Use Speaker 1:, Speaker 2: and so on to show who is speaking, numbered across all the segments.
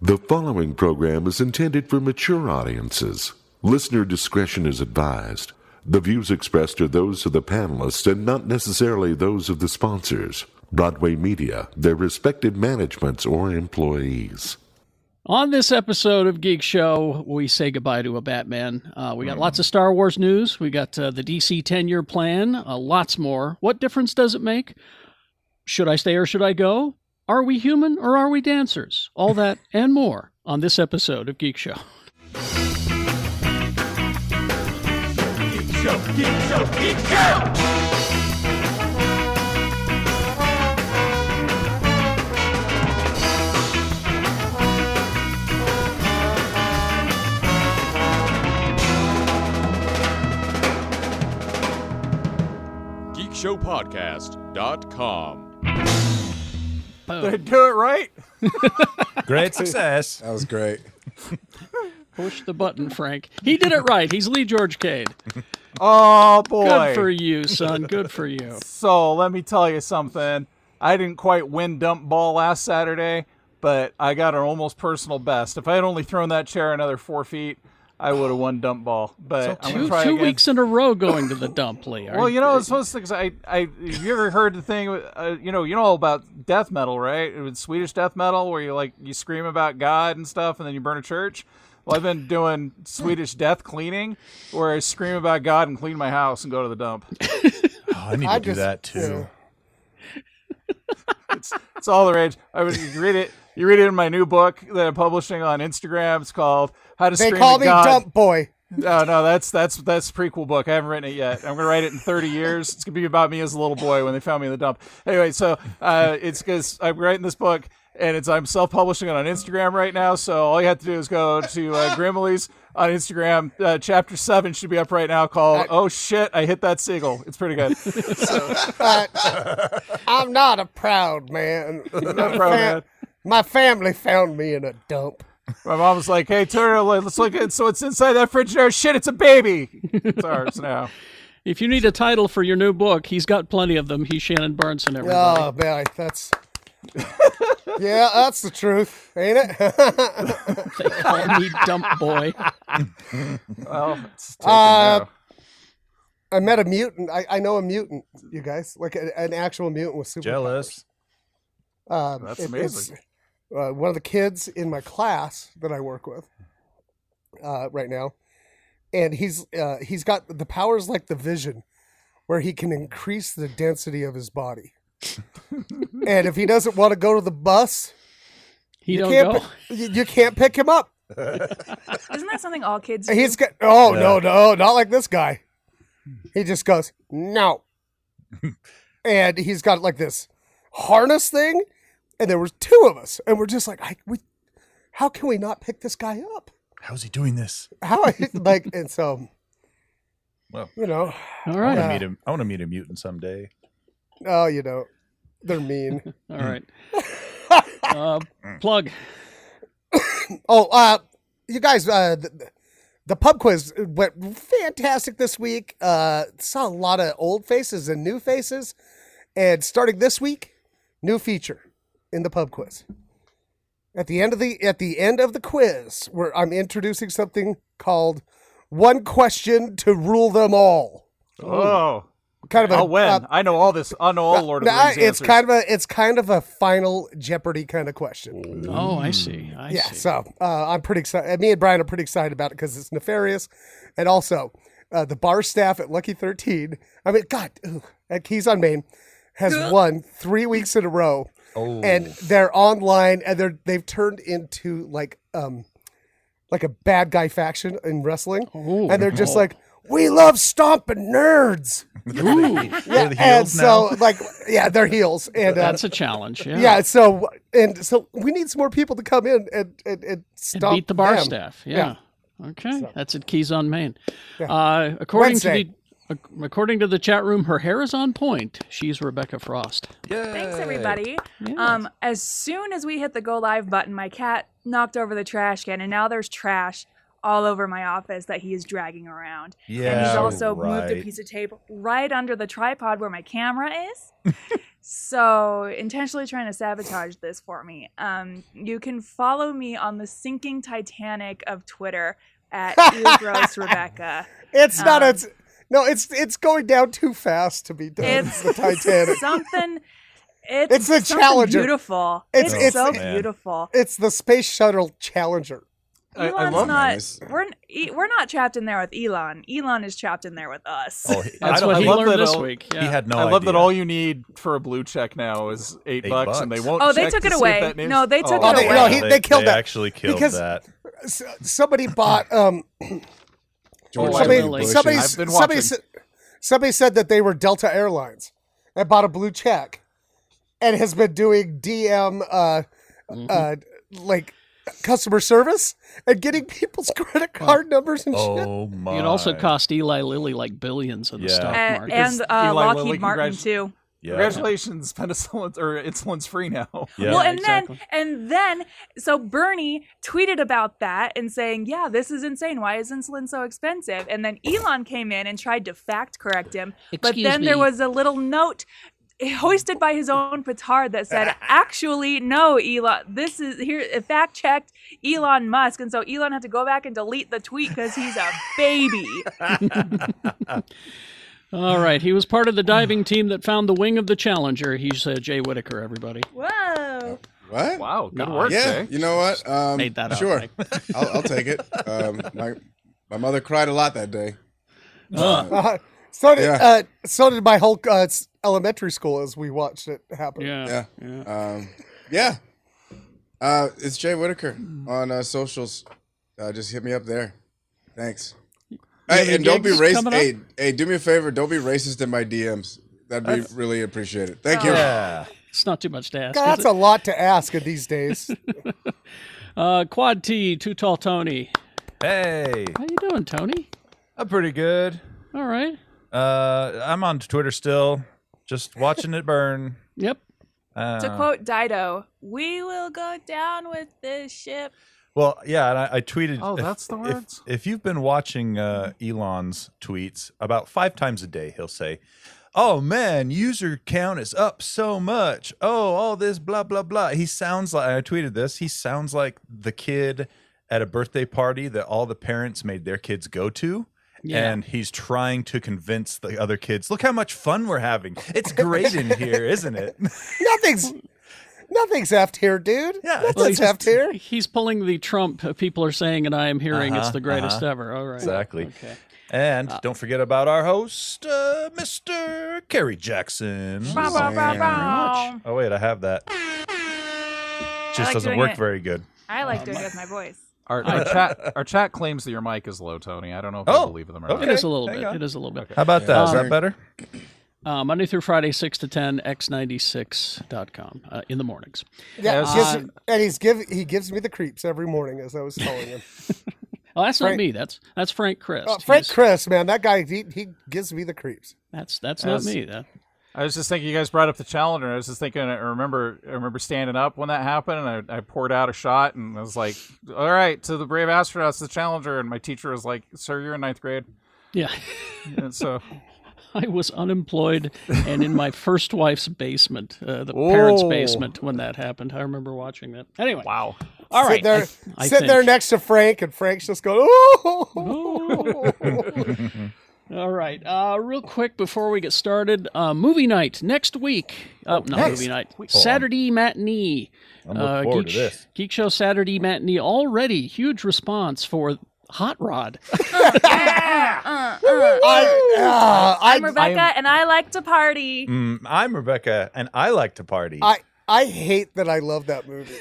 Speaker 1: The following program is intended for mature audiences. Listener discretion is advised. The views expressed are those of the panelists and not necessarily those of the sponsors, Broadway Media, their respective managements, or employees.
Speaker 2: On this episode of Geek Show, we say goodbye to a Batman. Uh, we got lots of Star Wars news. We got uh, the DC 10 year plan, uh, lots more. What difference does it make? Should I stay or should I go? Are we human or are we dancers? All that and more on this episode of Geek Show.
Speaker 3: Geek Show, Geek Show, Geek Show!
Speaker 4: geekshowpodcast.com.
Speaker 5: Did I do it right?
Speaker 6: Great success.
Speaker 7: That was great.
Speaker 2: Push the button, Frank. He did it right. He's Lee George Cade.
Speaker 5: Oh boy.
Speaker 2: Good for you, son. Good for you.
Speaker 5: So let me tell you something. I didn't quite win dump ball last Saturday, but I got an almost personal best. If I had only thrown that chair another four feet, I would have won dump ball. But I'm gonna
Speaker 2: Two,
Speaker 5: try
Speaker 2: two
Speaker 5: again.
Speaker 2: weeks in a row going to the dump, Lee. Are
Speaker 5: Well, you know, it's supposed to. Cause I, I, have you ever heard the thing? Uh, you know, you know all about death metal, right? It was Swedish death metal, where you like you scream about God and stuff, and then you burn a church. Well, I've been doing Swedish death cleaning, where I scream about God and clean my house and go to the dump.
Speaker 6: Oh, I need to
Speaker 7: I
Speaker 6: do
Speaker 7: just-
Speaker 6: that too.
Speaker 5: It's all the rage. I was you read it. You read it in my new book that I'm publishing on Instagram. It's called How to
Speaker 7: They
Speaker 5: Scream
Speaker 7: call
Speaker 5: at
Speaker 7: me
Speaker 5: God.
Speaker 7: Dump Boy.
Speaker 5: No, no, that's that's that's a prequel book. I haven't written it yet. I'm gonna write it in 30 years. It's gonna be about me as a little boy when they found me in the dump. Anyway, so uh, it's because I'm writing this book and it's I'm self-publishing it on Instagram right now. So all you have to do is go to uh, Grimley's on Instagram. Uh, chapter seven should be up right now. Called Oh shit, I hit that seagull. It's pretty good.
Speaker 7: I'm not a proud man.
Speaker 5: No problem.
Speaker 7: My family found me in a dump.
Speaker 5: My mom was like, "Hey, turn let- let's look at so what's inside that Frigidaire. Shit, it's a baby. It's ours now."
Speaker 2: If you need a title for your new book, he's got plenty of them. He's Shannon Barnes and everybody.
Speaker 7: Oh boy, that's yeah, that's the truth, ain't it?
Speaker 2: They call me Dump Boy.
Speaker 5: Well, it's taken
Speaker 7: Uh,
Speaker 5: now.
Speaker 7: I met a mutant. I, I know a mutant, you guys, like a, an actual mutant with super.
Speaker 6: Jealous.
Speaker 7: Um,
Speaker 5: That's
Speaker 7: it- it's,
Speaker 5: amazing.
Speaker 7: Uh, one of the kids in my class that I work with uh, right now, and he's uh, he's got the powers like the Vision, where he can increase the density of his body. and if he doesn't want to go to the bus,
Speaker 2: He don't
Speaker 7: can't
Speaker 2: go.
Speaker 7: pi- you, you can't pick him up.
Speaker 8: Isn't that something all kids do?
Speaker 7: He's got oh
Speaker 6: Yeah.
Speaker 7: no no not like this guy. He just goes no, and he's got like this harness thing, and there was two of us, and we're just like I we, how can we not pick this guy up?
Speaker 6: How's he doing this?
Speaker 7: How I like and so,
Speaker 6: Well.
Speaker 7: you
Speaker 2: All
Speaker 7: know
Speaker 6: I want
Speaker 2: right.
Speaker 6: to
Speaker 7: Yeah.
Speaker 6: meet him. I want to meet a mutant someday.
Speaker 7: oh you know they're mean.
Speaker 2: All right. Uh, plug.
Speaker 7: oh uh, you guys uh. The, the pub quiz went fantastic this week. Uh, saw a lot of old faces and new faces. And starting this week, new feature in the pub quiz. At the end of the at the end of the quiz, where I'm introducing something called one question to rule them all.
Speaker 5: oh,
Speaker 7: Kind of a
Speaker 5: I'll win.
Speaker 7: uh,
Speaker 5: I know all this. I know all Lord of the
Speaker 7: nah,
Speaker 5: Rings
Speaker 7: it's
Speaker 5: answers.
Speaker 7: kind of a it's kind of a final Jeopardy kind of question.
Speaker 2: Oh, I see. I
Speaker 7: yeah,
Speaker 2: see.
Speaker 7: so uh, I'm pretty excited. Me and Brian are pretty excited about it because it's nefarious, and also uh, the bar staff at Lucky Thirteen. I mean, God, ugh, at Keys on Main has won three weeks in a row, and
Speaker 6: Oh.
Speaker 7: they're online and they're they've turned into like um like a bad guy faction in wrestling, and they're just like. We love stomping nerds,
Speaker 6: They're the
Speaker 7: and
Speaker 6: heels now.
Speaker 7: so like, yeah, they're heels, and uh,
Speaker 2: That's a challenge. Yeah.
Speaker 7: yeah. So and so we need some more people to come in and and, and
Speaker 2: And
Speaker 7: stop
Speaker 2: beat the bar
Speaker 7: them.
Speaker 2: staff. Yeah. Okay. That's at Keys on Main.
Speaker 7: Yeah.
Speaker 2: Uh, according to
Speaker 7: Wednesday.
Speaker 2: the ac- according to the chat room, her hair is on point. She's Rebecca Frost.
Speaker 8: Thanks, everybody.
Speaker 6: Uh,
Speaker 8: Um, as soon as we hit the go live button, my cat knocked over the trash can, and now there's trash all over my office that he is dragging around. and he's
Speaker 6: Yeah,
Speaker 8: also moved
Speaker 6: right.
Speaker 8: a piece of tape right under the tripod where my camera is. So, intentionally trying to sabotage this for me. Um, you can follow me on the sinking Titanic of Twitter at Gross Rebecca.
Speaker 7: It's not a.
Speaker 8: Um,
Speaker 7: No, it's it's going down too fast to be done. It's
Speaker 8: It's
Speaker 7: the Titanic.
Speaker 8: Something. It's,
Speaker 7: It's the
Speaker 8: something
Speaker 7: Challenger.
Speaker 8: Beautiful.
Speaker 7: It's-
Speaker 8: It's,
Speaker 7: it's-
Speaker 8: so
Speaker 6: Man.
Speaker 8: beautiful.
Speaker 7: It's the space shuttle Challenger.
Speaker 5: I- I
Speaker 8: Elon's
Speaker 5: love
Speaker 8: not.
Speaker 9: this.
Speaker 8: We're e- we're not trapped in there with Elon. Elon is trapped in there with us.
Speaker 6: Oh, he-
Speaker 2: That's
Speaker 6: I don't-
Speaker 2: what
Speaker 6: I
Speaker 2: he
Speaker 6: love uh,
Speaker 2: learned
Speaker 5: that
Speaker 2: this
Speaker 5: all-
Speaker 2: week.
Speaker 6: He
Speaker 2: Yeah.
Speaker 6: had no
Speaker 5: I love that
Speaker 6: idea.
Speaker 5: all you need for a blue check now is eight,
Speaker 6: Eight
Speaker 5: bucks, and they
Speaker 6: bucks.
Speaker 5: won't.
Speaker 8: Oh, they
Speaker 5: check
Speaker 8: took
Speaker 5: to
Speaker 8: it
Speaker 5: see if
Speaker 8: away.
Speaker 5: that news-
Speaker 8: No, they took
Speaker 5: Oh,
Speaker 7: it
Speaker 6: they-
Speaker 7: away. No, he- they killed that.
Speaker 6: actually killed
Speaker 7: Because-
Speaker 6: that.
Speaker 7: S- somebody bought um
Speaker 9: George
Speaker 2: Oh,
Speaker 9: W.
Speaker 7: somebody
Speaker 2: really?
Speaker 9: Bush
Speaker 7: somebody,
Speaker 9: is-
Speaker 5: I've been
Speaker 7: somebody,
Speaker 5: watching.
Speaker 7: sa- somebody said that they were Delta Airlines and bought a blue check and has been doing DM uh uh like customer service and getting people's credit card numbers and shit.
Speaker 6: Oh my!
Speaker 2: It also cost Eli Lilly like billions in the
Speaker 6: Yeah.
Speaker 2: stock
Speaker 8: and
Speaker 2: market.
Speaker 8: and
Speaker 5: Eli
Speaker 8: uh, Lockheed
Speaker 5: Lilly,
Speaker 8: Martin
Speaker 5: congrats-
Speaker 8: too.
Speaker 6: Yeah.
Speaker 5: Congratulations, penicillin or insulin's free now.
Speaker 6: Yeah.
Speaker 8: well, and
Speaker 2: exactly.
Speaker 8: then and then so Bernie tweeted about that and saying, "Yeah, this is insane. Why is insulin so expensive?" And then Elon came in and tried to fact correct him, but
Speaker 2: Excuse
Speaker 8: then there
Speaker 2: me.
Speaker 8: was a little note hoisted by his own petard that said, "Actually, no, Elon. This is here uh, fact checked Elon Musk." And so Elon had to go back and delete the tweet because he's a baby.
Speaker 2: All right, he was part of the diving team that found the wing of the Challenger. He's uh, Jay Whitaker, everybody.
Speaker 8: Whoa.
Speaker 9: What?
Speaker 5: Wow, good
Speaker 2: No,
Speaker 5: work,
Speaker 9: Yeah,
Speaker 5: Jay.
Speaker 9: you know what? Um,
Speaker 2: Made that up,
Speaker 9: sure,
Speaker 2: Mike.
Speaker 9: I'll, I'll take it. Um, my my mother cried a lot that day.
Speaker 7: Uh, so did
Speaker 9: Yeah.
Speaker 7: uh, so did my whole uh, s- elementary school as we watched it happen.
Speaker 2: Yeah. Uh,
Speaker 9: Yeah, um, yeah. Uh, it's Jay Whitaker on uh, socials. Uh, just hit me up there. Thanks.
Speaker 2: have
Speaker 9: Hey,
Speaker 2: any
Speaker 9: and don't be
Speaker 2: gigs
Speaker 9: racist.
Speaker 2: coming up?
Speaker 9: Hey, hey, do me a favor. Don't be racist in my DMs. That'd be really appreciated. Thank
Speaker 6: Oh.
Speaker 9: you.
Speaker 6: Yeah.
Speaker 2: It's not too much to ask.
Speaker 7: God,
Speaker 2: is
Speaker 7: that's
Speaker 2: it?
Speaker 7: a lot to ask in these days.
Speaker 2: Uh, Quad T, Too Tall Tony.
Speaker 6: Hey,
Speaker 2: How you doing, Tony?
Speaker 6: I'm pretty good.
Speaker 2: All right.
Speaker 6: Uh, I'm on Twitter still, just watching it burn.
Speaker 2: Yep.
Speaker 6: Uh,
Speaker 8: To quote Dido, "We will go down with this ship."
Speaker 6: well, yeah, and I, I tweeted.
Speaker 5: Oh,
Speaker 6: if-
Speaker 5: that's the
Speaker 6: if-
Speaker 5: words?
Speaker 6: If, you've been watching uh, Elon's tweets, about five times a day, he'll say, "Oh man, user count is up so much. Oh, all this blah blah blah." He sounds like I tweeted this. He sounds like the kid at a birthday party that all the parents made their kids go to.
Speaker 2: Yeah.
Speaker 6: And he's trying to convince the other kids, look how much fun we're having. It's great in here, isn't it?
Speaker 7: nothing's nothing's effed here, dude.
Speaker 6: Yeah, it's
Speaker 7: nothing's
Speaker 2: just-
Speaker 7: effed here.
Speaker 2: He's pulling the Trump uh, people are saying and I am hearing it's
Speaker 6: Uh-huh,
Speaker 2: the greatest
Speaker 6: uh-huh.
Speaker 2: ever. All right.
Speaker 6: Exactly.
Speaker 2: Okay.
Speaker 6: And
Speaker 8: Uh,
Speaker 6: don't forget about our host, uh, Mr. Kerry Jackson.
Speaker 8: Bow, bow, bow, bow.
Speaker 6: Oh wait, I have that. Just
Speaker 8: like
Speaker 6: doesn't
Speaker 8: doing
Speaker 6: work
Speaker 8: it.
Speaker 6: very good.
Speaker 8: I like doing it with my voice.
Speaker 5: Our, our chat our chat claims that your mic is low, Tony. I don't know if you
Speaker 6: Oh,
Speaker 5: believe them or
Speaker 6: okay.
Speaker 2: It
Speaker 5: not.
Speaker 2: is a little
Speaker 6: hang
Speaker 2: bit.
Speaker 6: on.
Speaker 2: It is a little bit.
Speaker 6: How about that? Is
Speaker 9: Um,
Speaker 6: that better?
Speaker 2: Uh, Monday through Friday, 6 to 10, x96.com uh, in the mornings.
Speaker 7: Yeah,
Speaker 5: Yes.
Speaker 7: gives-
Speaker 2: Um,
Speaker 7: and he's give he gives me the creeps every morning as I was telling him.
Speaker 2: Oh, that's
Speaker 7: Frank-
Speaker 2: not me. That's that's Frank Chris.
Speaker 7: Uh, Frank Chris, man, that guy he, he gives me the creeps.
Speaker 2: That's that's not
Speaker 5: As-
Speaker 2: me. That,
Speaker 5: I was just thinking you guys brought up the challenger. and I was just thinking. I remember I remember standing up when that happened, and I, I poured out a shot, and I was like, "All right, to the brave astronauts, the challenger." And my teacher was like, "Sir, you're in ninth grade."
Speaker 2: yeah.
Speaker 5: And so
Speaker 2: I was unemployed and in my first wife's basement, uh, the parents'
Speaker 5: Oh.
Speaker 2: basement when that happened. I remember watching that. Anyway,
Speaker 5: wow,
Speaker 2: all right.
Speaker 7: sit there,
Speaker 2: I, I
Speaker 7: sit
Speaker 2: think.
Speaker 7: there next to Frank, and Frank's just going, "Oh,
Speaker 2: All right. Uh, real quick before we get started, uh, movie night next week. Oh, not
Speaker 7: next
Speaker 2: movie night. Saturday matinee. Uh,
Speaker 6: I'm looking forward
Speaker 2: Geek,
Speaker 6: to this.
Speaker 2: Geek Show Saturday matinee. Already huge response for Hot Rod.
Speaker 8: Uh, uh.
Speaker 7: I, ah, I,
Speaker 8: I'm Rebecca, and I like to party.
Speaker 6: Mm, I'm Rebecca, and I like to party.
Speaker 7: I, I hate that I love that movie."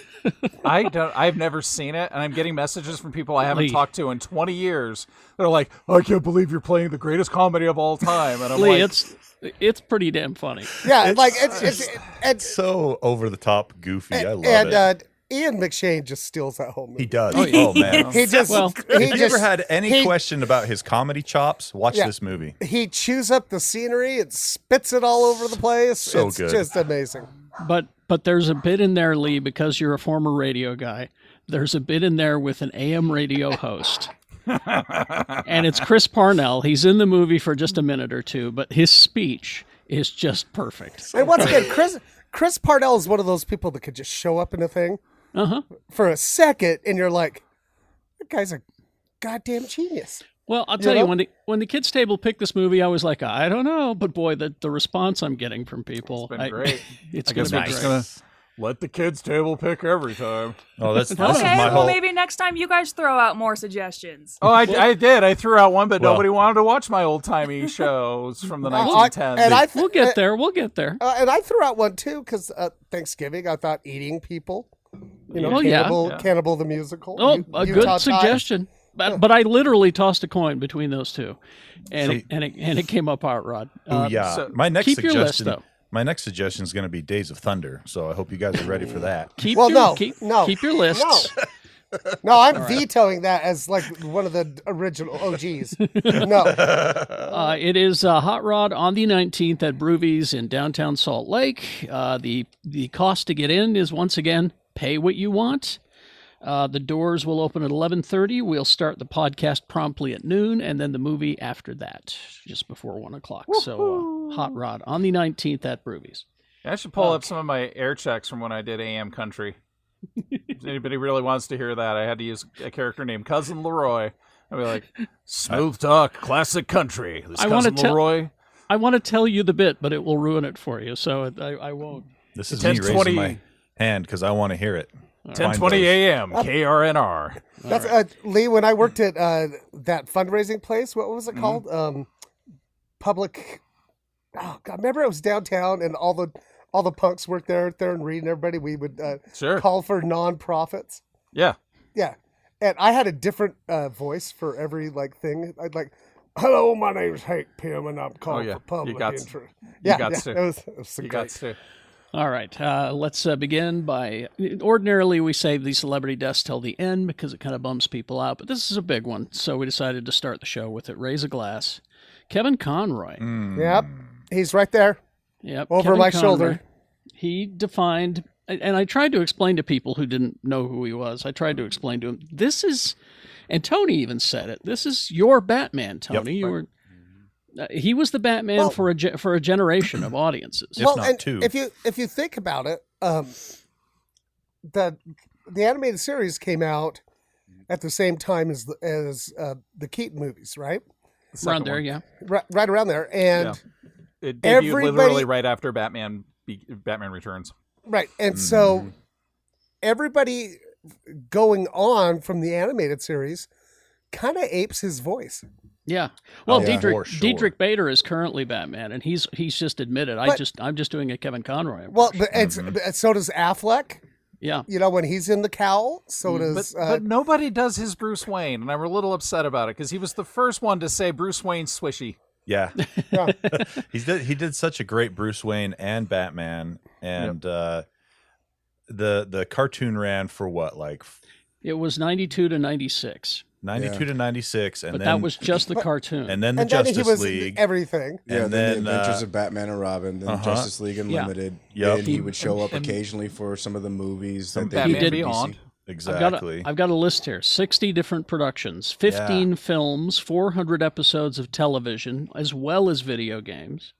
Speaker 5: I don't. I've never seen it, and I'm getting messages from people I haven't
Speaker 2: Lee.
Speaker 5: talked to in 20 years. They're like, "I can't believe you're playing the greatest comedy of all time," and I'm
Speaker 2: Lee,
Speaker 5: like,
Speaker 2: it's it's pretty damn funny.
Speaker 7: Yeah,
Speaker 6: It's-
Speaker 7: like it's, it's, it's
Speaker 6: so over the top, goofy. I love
Speaker 7: and, and
Speaker 6: it.
Speaker 7: uh, Ian McShane just steals that whole movie.
Speaker 6: he does. Oh man.
Speaker 7: He just
Speaker 2: Well,
Speaker 7: he
Speaker 6: if you ever
Speaker 7: just-
Speaker 6: had any
Speaker 7: he-
Speaker 6: question about his comedy chops, watch
Speaker 7: Yeah.
Speaker 6: this movie.
Speaker 7: he chews up the scenery and spits it all over the place.
Speaker 6: So
Speaker 7: it's
Speaker 6: good.
Speaker 7: just amazing.
Speaker 2: But but there's a bit in there, Lee, because you're a former radio guy. There's a bit in there with an AM radio host. and it's Chris Parnell. He's in the movie for just a minute or two, but his speech is just perfect.
Speaker 7: And once again, Chris Chris Parnell is one of those people that could just show up in a thing
Speaker 2: Uh huh.
Speaker 7: for a second, and you're like, "That guy's a goddamn genius."
Speaker 2: Well, I'll tell you,
Speaker 7: know?
Speaker 2: when the when the kids table picked this movie, I was like, I don't know, but boy, the, the response I'm getting from people,
Speaker 5: been
Speaker 2: I-
Speaker 5: great.
Speaker 2: It's
Speaker 5: I guess
Speaker 2: gonna
Speaker 5: we're
Speaker 2: be
Speaker 5: just
Speaker 2: great.
Speaker 5: gonna let the kids table pick every time.
Speaker 6: Oh, that's, that's
Speaker 8: Okay,
Speaker 6: my
Speaker 8: well,
Speaker 6: whole.
Speaker 8: maybe next time you guys throw out more suggestions.
Speaker 5: Oh, I, I did. I threw out one, but
Speaker 6: Well-
Speaker 5: nobody wanted to watch my old timey shows from the
Speaker 7: I-
Speaker 5: 1910s.
Speaker 7: and I
Speaker 2: We'll get there. We'll get there.
Speaker 7: Uh, and I threw out one too because uh, Thanksgiving, I thought eating people. You know,
Speaker 2: Oh, yeah.
Speaker 7: Cannibal,
Speaker 5: Yeah.
Speaker 7: Cannibal the Musical.
Speaker 2: Oh,
Speaker 7: U-
Speaker 2: a
Speaker 7: Utah
Speaker 2: good
Speaker 7: Tide.
Speaker 2: suggestion. But, but I literally tossed a coin between those two, and it,
Speaker 6: Sweet.
Speaker 2: and it, and it came up out, Rod.
Speaker 6: Ooh,
Speaker 2: Um,
Speaker 6: yeah.
Speaker 5: so-
Speaker 6: my next
Speaker 2: keep your
Speaker 6: suggestion.
Speaker 2: list, though.
Speaker 6: My next suggestion is going to be Days of Thunder. So I hope you guys are ready for that.
Speaker 2: Keep
Speaker 7: Well,
Speaker 2: your,
Speaker 7: no,
Speaker 2: keep,
Speaker 7: no,
Speaker 2: keep your lists.
Speaker 7: No, I'm vetoing that as like one of the original OGs. no,
Speaker 2: Uh, it is uh, Hot Rod on the 19th at Broovies in downtown Salt Lake. Uh, the the cost to get in is once again pay what you want. Uh, the doors will open at 11:30. We'll start the podcast promptly at noon, and then the movie after that, just before one o'clock. So, uh, Hot Rod on the 19th at Broovies.
Speaker 5: I should
Speaker 7: Oh,
Speaker 5: pull up some of my air checks from when I did AM Country. if anybody really wants to hear that, I had to use a character named Cousin Leroy. I'd be like, smooth talk, classic country. This
Speaker 2: I wanna
Speaker 5: Cousin
Speaker 2: tell-
Speaker 5: Leroy,
Speaker 2: I want to tell you the bit, but it will ruin it for you, so I, I won't.
Speaker 6: This is me
Speaker 5: 10:20.
Speaker 6: raising my hand because I want to hear it. Find
Speaker 5: 1020
Speaker 6: those.
Speaker 5: a.m., KRNR.
Speaker 7: that's uh, Lee. When I worked at uh, that fundraising place, what
Speaker 5: Mm-hmm.
Speaker 7: was it called? Um, public. Oh God, remember it was downtown, and all the all the punks worked there, there and Reed and everybody. We would uh,
Speaker 5: Sure.
Speaker 7: call for nonprofits.
Speaker 5: Yeah.
Speaker 7: Yeah, and I had a different uh, voice for every like thing. I'd like, "Hello, my name's Hank Pym, and I'm
Speaker 5: Oh,
Speaker 7: calling
Speaker 5: yeah.
Speaker 7: for public
Speaker 5: You gots-
Speaker 7: interest." Yeah,
Speaker 5: gots
Speaker 7: yeah,
Speaker 5: to.
Speaker 7: it was, it was
Speaker 5: You
Speaker 7: great.
Speaker 5: got to.
Speaker 2: All right, uh, let's uh, begin by. Ordinarily, we save these celebrity deaths till the end because it kind of bums people out, but this is a big one, so we decided to start the show with it. Raise a glass. Kevin Conroy.
Speaker 7: Yep,
Speaker 5: Mm.
Speaker 7: he's right there.
Speaker 2: Yep.
Speaker 7: Mm. Over
Speaker 2: Kevin
Speaker 7: my
Speaker 2: Conroy.
Speaker 7: shoulder.
Speaker 2: He defined, and I tried to explain to people who didn't know who he was. I tried
Speaker 6: Mm-hmm.
Speaker 2: to explain to him, this is, and Tony even said it. This is your Batman, Tony. you were. Uh, he was the Batman
Speaker 7: Well-
Speaker 2: for a ge- for a generation of audiences.
Speaker 6: If not two.
Speaker 7: if you if you think about it, um, the the animated series came out at the same time as the, as uh, the Keaton movies, right?
Speaker 2: Around there, yeah.
Speaker 7: Right, right around there, and
Speaker 5: Yeah. It debuted
Speaker 7: Everybody-
Speaker 5: literally right after Batman be- Batman Returns.
Speaker 7: Right. And
Speaker 6: Mm-hmm.
Speaker 7: so everybody going on from the animated series kind of apes his voice.
Speaker 2: Yeah. Well,
Speaker 6: Oh, yeah. For
Speaker 2: Diedrich
Speaker 6: sure.
Speaker 2: Diedrich Bader is currently Batman, and he's he's just admitted. I
Speaker 7: But-
Speaker 2: just I'm just doing a Kevin Conroy.
Speaker 7: Well, but it's,
Speaker 6: Mm-hmm.
Speaker 7: but so does Affleck,
Speaker 2: yeah.
Speaker 7: you know, when he's in the cowl. So
Speaker 6: Mm-hmm.
Speaker 5: But,
Speaker 7: does. uh,
Speaker 5: but nobody does his Bruce Wayne, and I'm a little upset about it because he was the first one to say Bruce Wayne swishy.
Speaker 6: Yeah.
Speaker 7: Yeah.
Speaker 6: he did he did such a great Bruce Wayne and Batman and uh the the cartoon ran for what like
Speaker 2: It was 92 to 96,
Speaker 6: 92 to 96 and
Speaker 2: but
Speaker 6: then
Speaker 2: that was just the cartoon.
Speaker 6: and then the
Speaker 7: and then
Speaker 6: Justice
Speaker 7: he was in
Speaker 6: League
Speaker 7: everything.
Speaker 9: Yeah,
Speaker 6: and
Speaker 9: then,
Speaker 6: then,
Speaker 9: the Adventures
Speaker 6: uh,
Speaker 9: of Batman and Robin, then
Speaker 6: uh-huh.
Speaker 9: Justice League Unlimited.
Speaker 6: Yep.
Speaker 9: And
Speaker 6: He-
Speaker 9: he would show up
Speaker 5: and-
Speaker 9: occasionally for some of the movies.
Speaker 6: Some
Speaker 9: that they
Speaker 5: Batman
Speaker 9: did.
Speaker 5: Beyond.
Speaker 2: I've got,
Speaker 6: exactly.
Speaker 2: a, I've got a list here 60 different productions, 15 films, 400 episodes of television, as well as video games.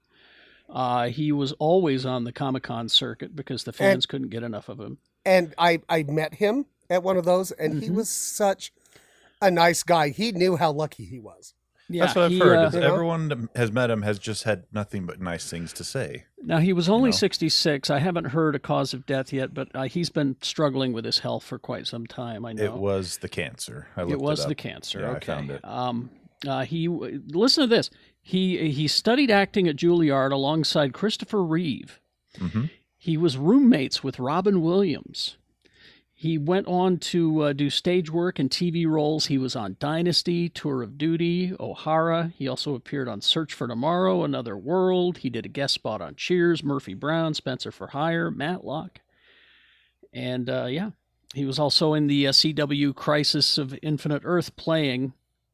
Speaker 2: Uh, he was always on the Comic Con circuit because the fans couldn't get enough of him.
Speaker 7: And I, I met him at one of those, and
Speaker 5: Mm-hmm.
Speaker 7: he was such a nice guy. He knew how lucky he was.
Speaker 2: Yeah,
Speaker 6: That's what I've
Speaker 2: he,
Speaker 6: heard.
Speaker 2: uh,
Speaker 6: is
Speaker 7: you know?
Speaker 6: everyone that has met him has just had nothing but nice things to say.
Speaker 2: Now he was only
Speaker 6: know?
Speaker 2: 66. I haven't heard a cause of death yet, but uh, he's been struggling with his health for quite some time. I know
Speaker 6: It was the cancer. I
Speaker 2: It
Speaker 6: looked it
Speaker 2: was the
Speaker 6: up.
Speaker 2: cancer.
Speaker 6: Yeah, I
Speaker 2: okay.
Speaker 6: found it.
Speaker 2: Um, uh, he w- listen to this. He he studied acting at Juilliard alongside Christopher Reeve.
Speaker 6: Mhm.
Speaker 2: He was roommates with Robin Williams. He went on to uh, do stage work and TV roles. He was on Dynasty, Tour of Duty, O'Hara. He also appeared on Search for Tomorrow, Another World. He did a guest spot on Cheers, Murphy Brown, Spencer for Hire, Matlock. And uh, yeah, he was also in the uh, CW Crisis of Infinite Earth playing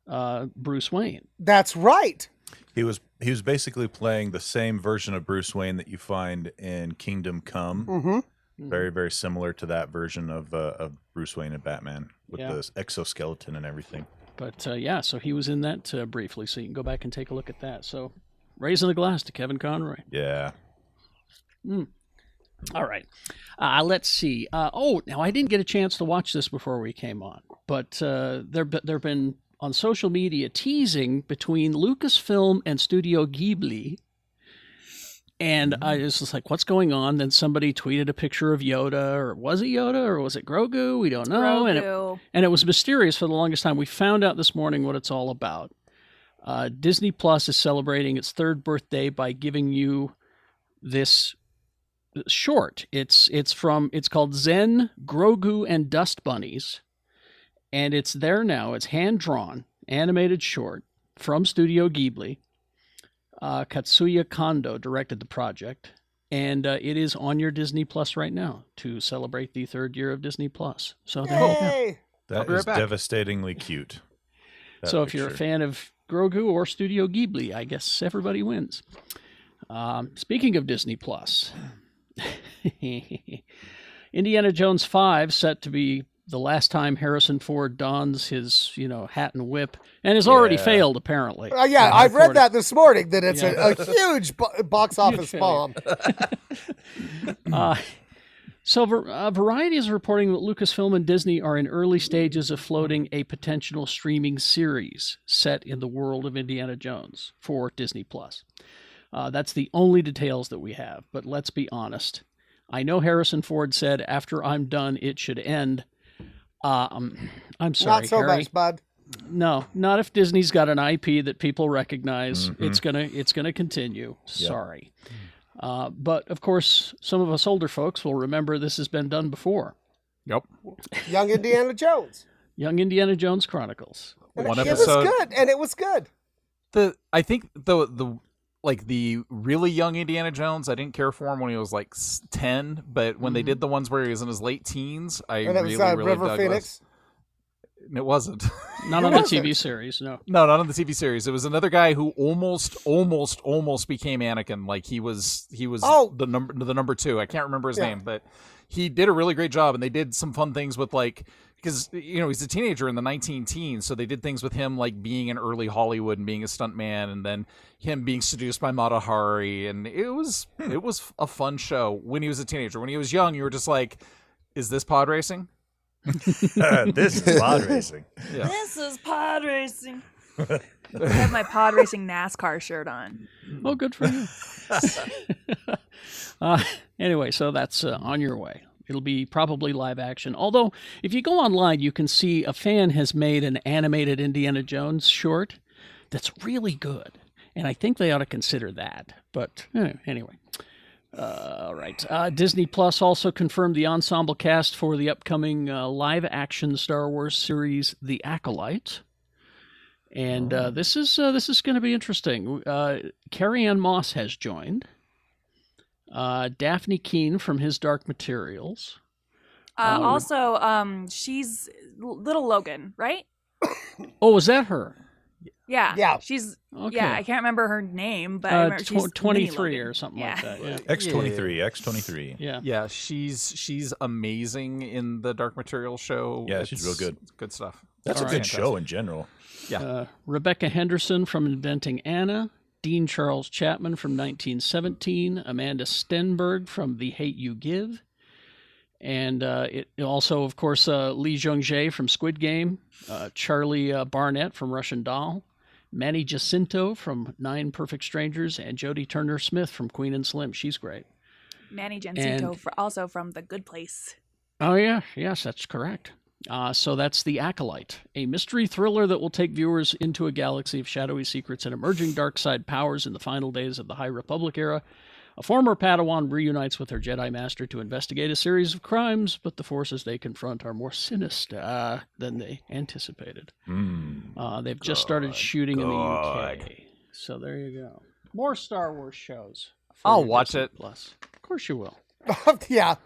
Speaker 2: uh, Bruce Wayne.
Speaker 7: That's right.
Speaker 6: He was he was basically playing the same version of Bruce Wayne that you find in Kingdom Come.
Speaker 7: hmm
Speaker 2: Mm-hmm.
Speaker 6: Very very similar to that version of uh, of Bruce Wayne and Batman with
Speaker 2: Yeah.
Speaker 6: the exoskeleton and everything.
Speaker 2: But uh, yeah, so he was in that uh, briefly, so you can go back and take a look at that. So Raising the glass to Kevin Conroy.
Speaker 6: Yeah.
Speaker 2: All right. Uh, let's see. Uh, oh, now I didn't get a chance to watch this before we came on, but uh, there there have been on social media teasing between Lucasfilm and Studio Ghibli. And I was just like, what's going on? Then somebody tweeted a picture of Yoda, or was it Yoda, or was it Grogu? We don't know. Oh, And it,
Speaker 8: Grogu.
Speaker 2: and it was mysterious for the longest time. We found out this morning what it's all about. Uh, Disney Plus is celebrating its third birthday by giving you this short. It's it's from it's called Zen Grogu and Dust Bunnies, and it's there now. It's hand drawn animated short from Studio Ghibli. Uh, Katsuya Kondo directed the project, and uh, it is on your Disney Plus right now to celebrate the third year of Disney Plus. So there you go.
Speaker 7: Yay!
Speaker 5: I'll
Speaker 6: that
Speaker 5: be right
Speaker 6: is
Speaker 5: back.
Speaker 6: devastatingly cute. That
Speaker 2: So if you're a
Speaker 6: picture.
Speaker 2: fan of Grogu or Studio Ghibli, I guess everybody wins. Um, speaking of Disney Plus, Indiana Jones Five set to be the last time Harrison Ford dons his you know hat and whip, and has already
Speaker 6: Yeah.
Speaker 2: failed apparently.
Speaker 7: Uh, yeah,
Speaker 2: Uh,
Speaker 7: I've
Speaker 2: Ford-
Speaker 7: read that this morning that it's
Speaker 2: Yeah.
Speaker 7: a, a huge bo- box office
Speaker 2: failure.
Speaker 7: bomb.
Speaker 2: Uh, so Var- uh, Variety is reporting that Lucasfilm and Disney are in early stages of floating a potential streaming series set in the world of Indiana Jones for Disney Plus. Uh, that's the only details that we have. But let's be honest. I know Harrison Ford said, "After I'm done, it should end." Um, I'm sorry,
Speaker 7: Not so
Speaker 2: Harry.
Speaker 7: much, bud.
Speaker 2: No, not if Disney's got an IP that people recognize.
Speaker 6: Mhm.
Speaker 2: It's gonna it's gonna continue. Sorry, uh, but of course, some of us older folks will remember this has been done before.
Speaker 7: Young Indiana Jones.
Speaker 2: Young Indiana Jones Chronicles.
Speaker 7: And
Speaker 5: One
Speaker 7: it,
Speaker 5: episode.
Speaker 7: It was good, and it was good.
Speaker 5: the I think the the like the really young Indiana Jones, I didn't care for him when he was like s- ten, but when they
Speaker 2: Mhm.
Speaker 5: did the ones where he was in his late teens, I
Speaker 7: And it
Speaker 5: really
Speaker 7: Mm-hmm. was uh,
Speaker 5: really
Speaker 7: River
Speaker 5: dug
Speaker 7: Phoenix.
Speaker 5: those. And It wasn't.
Speaker 2: Not
Speaker 7: Who
Speaker 2: on the
Speaker 7: was
Speaker 2: TV series, no.
Speaker 5: no, not on the TV series. It was another guy who almost, almost, almost became Anakin. Like he was, he was
Speaker 7: Oh.
Speaker 5: the number, the number two. I can't remember his
Speaker 7: Yeah.
Speaker 5: name, but he did a really great job. And they did some fun things with like, because you know he's a teenager in the 19 teens, so they did things with him like being in early Hollywood and being a stuntman, and then him being seduced by Mata Hari, and it was
Speaker 7: Hmm.
Speaker 5: it was a fun show when he was a teenager. When he was young, you were just like, is this pod racing?
Speaker 6: this is pod racing.
Speaker 8: This is pod racing. I have my pod racing NASCAR shirt on.
Speaker 2: Oh, good for you. uh, anyway, so that's uh, on your way. It'll be probably live action. Although, if you go online, you can see a fan has made an animated Indiana Jones short that's really good. And I think they ought to consider that. But eh, anyway. Uh, all right. Uh, Disney Plus also confirmed the ensemble cast for the upcoming uh, live action Star Wars series, The Acolyte. And uh, this is uh, this is going to be interesting. Uh, Carrie Ann Moss has joined. Uh, Daphne Keene from His Dark Materials.
Speaker 8: Uh,
Speaker 2: Oh.
Speaker 8: Also, um, she's little Logan, right?
Speaker 2: Oh, was that her?
Speaker 8: Yeah.
Speaker 7: Yeah.
Speaker 8: She's
Speaker 2: Okay.
Speaker 8: yeah. I can't remember her name, but I
Speaker 2: uh,
Speaker 8: remember
Speaker 2: tw-
Speaker 8: she's mini
Speaker 2: 23
Speaker 8: Logan.
Speaker 2: or something
Speaker 8: yeah.
Speaker 2: like that. Yeah.
Speaker 6: X23, X23.
Speaker 2: Yeah.
Speaker 5: Yeah, she's she's amazing in the Dark Material show.
Speaker 6: Yeah, she's real good.
Speaker 5: Good stuff.
Speaker 6: That's a
Speaker 2: All
Speaker 6: good
Speaker 2: right.
Speaker 6: show in general.
Speaker 5: Yeah.
Speaker 2: Uh, Rebecca Henderson from Inventing Anna. Dean Charles Chapman from 1917. Amanda Stenberg from The Hate You Give. And uh, it it also, of course, uh, Lee Jung Jae from Squid Game. Uh, Charlie uh, Barnett from Russian Doll. Manny Jacinto from Nine Perfect Strangers. And Jodie Turner Smith from Queen and Slim. She's great.
Speaker 8: Manny Jacinto,
Speaker 2: And-
Speaker 8: for, also from The Good Place.
Speaker 2: Oh, yeah. Yes, that's correct. Uh, so that's The Acolyte, a mystery thriller that will take viewers into a galaxy of shadowy secrets and emerging dark side powers in the final days of the High Republic era. A former Padawan reunites with her Jedi Master to investigate a series of crimes, but the forces they confront are more sinister uh, than they anticipated.
Speaker 6: Mm.
Speaker 2: Uh, they've just started shooting in the UK. So there you go. More Star Wars shows. for
Speaker 5: I'll
Speaker 2: your
Speaker 5: watch
Speaker 2: Disney
Speaker 5: it.
Speaker 2: Plus. Of course you will.
Speaker 7: yeah,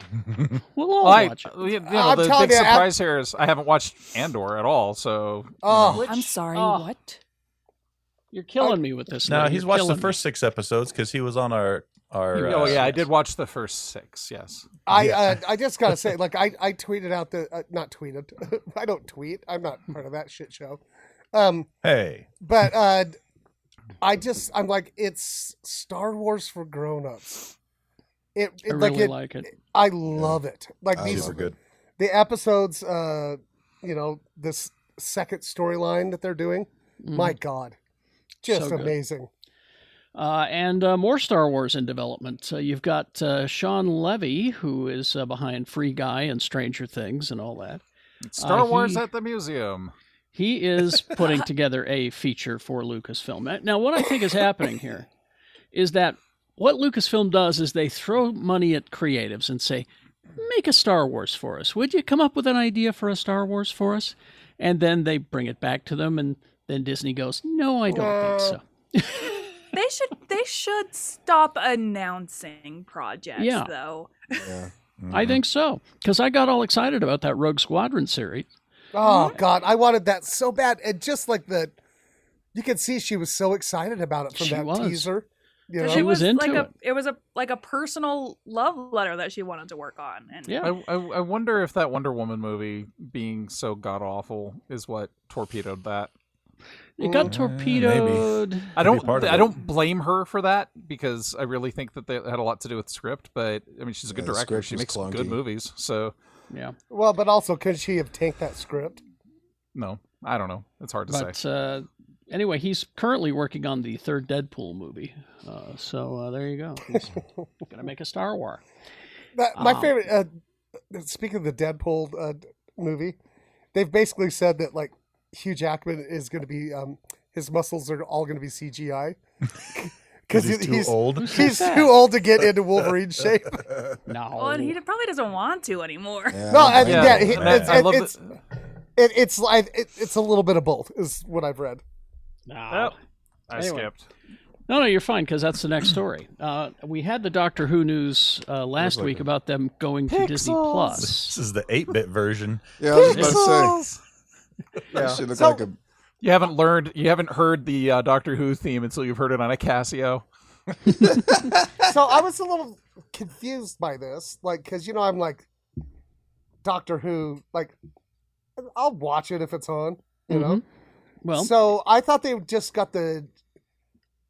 Speaker 2: We'll all
Speaker 5: Well, I,
Speaker 2: watch it.
Speaker 5: you you know,
Speaker 7: I'm
Speaker 5: the
Speaker 7: telling
Speaker 5: big
Speaker 7: you, I-
Speaker 5: surprise here is I haven't watched Andor at all. So
Speaker 7: Oh.
Speaker 8: I'm sorry,
Speaker 2: oh.
Speaker 8: what?
Speaker 2: You're killing me with this.
Speaker 6: Now
Speaker 2: Lee.
Speaker 6: he's
Speaker 2: You're
Speaker 6: watched the
Speaker 2: killing me.
Speaker 6: first six episodes because he was on our our.
Speaker 5: oh
Speaker 6: uh,
Speaker 5: yeah, I did watch the first six. Yes,
Speaker 7: I uh, I just gotta say, like I, I tweeted out the uh, not tweeted, I don't tweet. I'm not part of that shit show. Um,
Speaker 6: Hey,
Speaker 7: but uh, I just I'm like it's Star Wars for grown-ups. It, it
Speaker 2: I
Speaker 7: like
Speaker 2: really
Speaker 7: it,
Speaker 2: like it.
Speaker 7: I love it. Like
Speaker 9: I
Speaker 7: these
Speaker 9: love
Speaker 6: Super
Speaker 9: it.
Speaker 6: good.
Speaker 7: the episodes uh you know this second storyline that they're doing. My god. Just
Speaker 2: Mm-hmm. So good.
Speaker 7: amazing.
Speaker 2: Uh, and uh, more Star Wars in development. Uh, you've got uh, Sean Levy, who is uh, behind Free Guy and Stranger Things and all that.
Speaker 5: Star
Speaker 2: Uh,
Speaker 5: Wars
Speaker 2: he-
Speaker 5: at the museum.
Speaker 2: He is putting together a feature for Lucasfilm. Now, what I think is happening here is that what Lucasfilm does is they throw money at creatives and say, make a Star Wars for us. Would you come up with an idea for a Star Wars for us? And then they bring it back to them, and then Disney goes, no, I don't think so.
Speaker 8: They should they should stop announcing projects
Speaker 2: Yeah.
Speaker 8: though.
Speaker 6: Mm-hmm. Hmm.
Speaker 2: I think so. Because I got all excited about that Rogue Squadron series.
Speaker 7: Oh god, I wanted that so bad. And just like the you could see she was so excited about it from
Speaker 2: She
Speaker 7: that
Speaker 2: was.
Speaker 7: teaser. You
Speaker 8: Because
Speaker 7: know?
Speaker 2: She
Speaker 8: it
Speaker 2: was
Speaker 8: was, like
Speaker 2: into
Speaker 8: a it was a like a personal love letter that she wanted to work on. And
Speaker 2: Yeah.
Speaker 5: I, I, I wonder if that Wonder Woman movie being so god awful is what torpedoed that.
Speaker 2: It got
Speaker 6: Mm. Uh, maybe.
Speaker 2: torpedoed.
Speaker 5: I
Speaker 6: Could be
Speaker 5: don't
Speaker 6: part of
Speaker 5: I
Speaker 6: it.
Speaker 5: don't blame her for that because I really think that that had a lot to do with the script. But I mean, she's a good
Speaker 9: Yeah, the
Speaker 5: director.
Speaker 9: script
Speaker 5: She
Speaker 9: was
Speaker 5: makes
Speaker 9: clunky.
Speaker 5: good movies. So
Speaker 2: Yeah.
Speaker 7: Well, but also could she have tanked that script?
Speaker 5: no, I don't know. It's hard to say.
Speaker 2: But uh, anyway, he's currently working on the third Deadpool movie. Uh, so uh, there you go. He's going to make a Star Wars.
Speaker 7: That, my
Speaker 2: Um,
Speaker 7: favorite. Uh, speaking of the Deadpool uh, movie, they've basically said that like Hugh Jackman is going to be um, his muscles are all going to be CGI because
Speaker 6: he's too old.
Speaker 7: He's too old to get into Wolverine shape.
Speaker 2: No.
Speaker 8: well, Oh, and he probably doesn't want to anymore.
Speaker 7: No, I,
Speaker 9: Yeah.
Speaker 7: yeah, he-
Speaker 6: I-
Speaker 7: it's,
Speaker 5: I love
Speaker 7: it's,
Speaker 5: that-
Speaker 7: it, it's like it, it's a little bit of both, is what I've read.
Speaker 2: no.
Speaker 5: Oh, I
Speaker 2: Anyway.
Speaker 5: skipped.
Speaker 2: No, no, you're fine because that's the next story. Uh, we had the Doctor Who news uh, last week about them going to Disney
Speaker 6: This
Speaker 2: Plus.
Speaker 6: is the 8-bit version.
Speaker 9: Yeah, I was about to say.
Speaker 5: Yeah.
Speaker 9: That shit looked
Speaker 5: So-
Speaker 9: like a.
Speaker 5: You haven't learned. You haven't heard the uh, Doctor Who theme until you've heard it on a Casio.
Speaker 7: so I was a little confused by this, like, because you know I'm like Doctor Who, like I'll watch it if it's on, you know.
Speaker 2: Mhm. Well,
Speaker 7: so I thought they just got the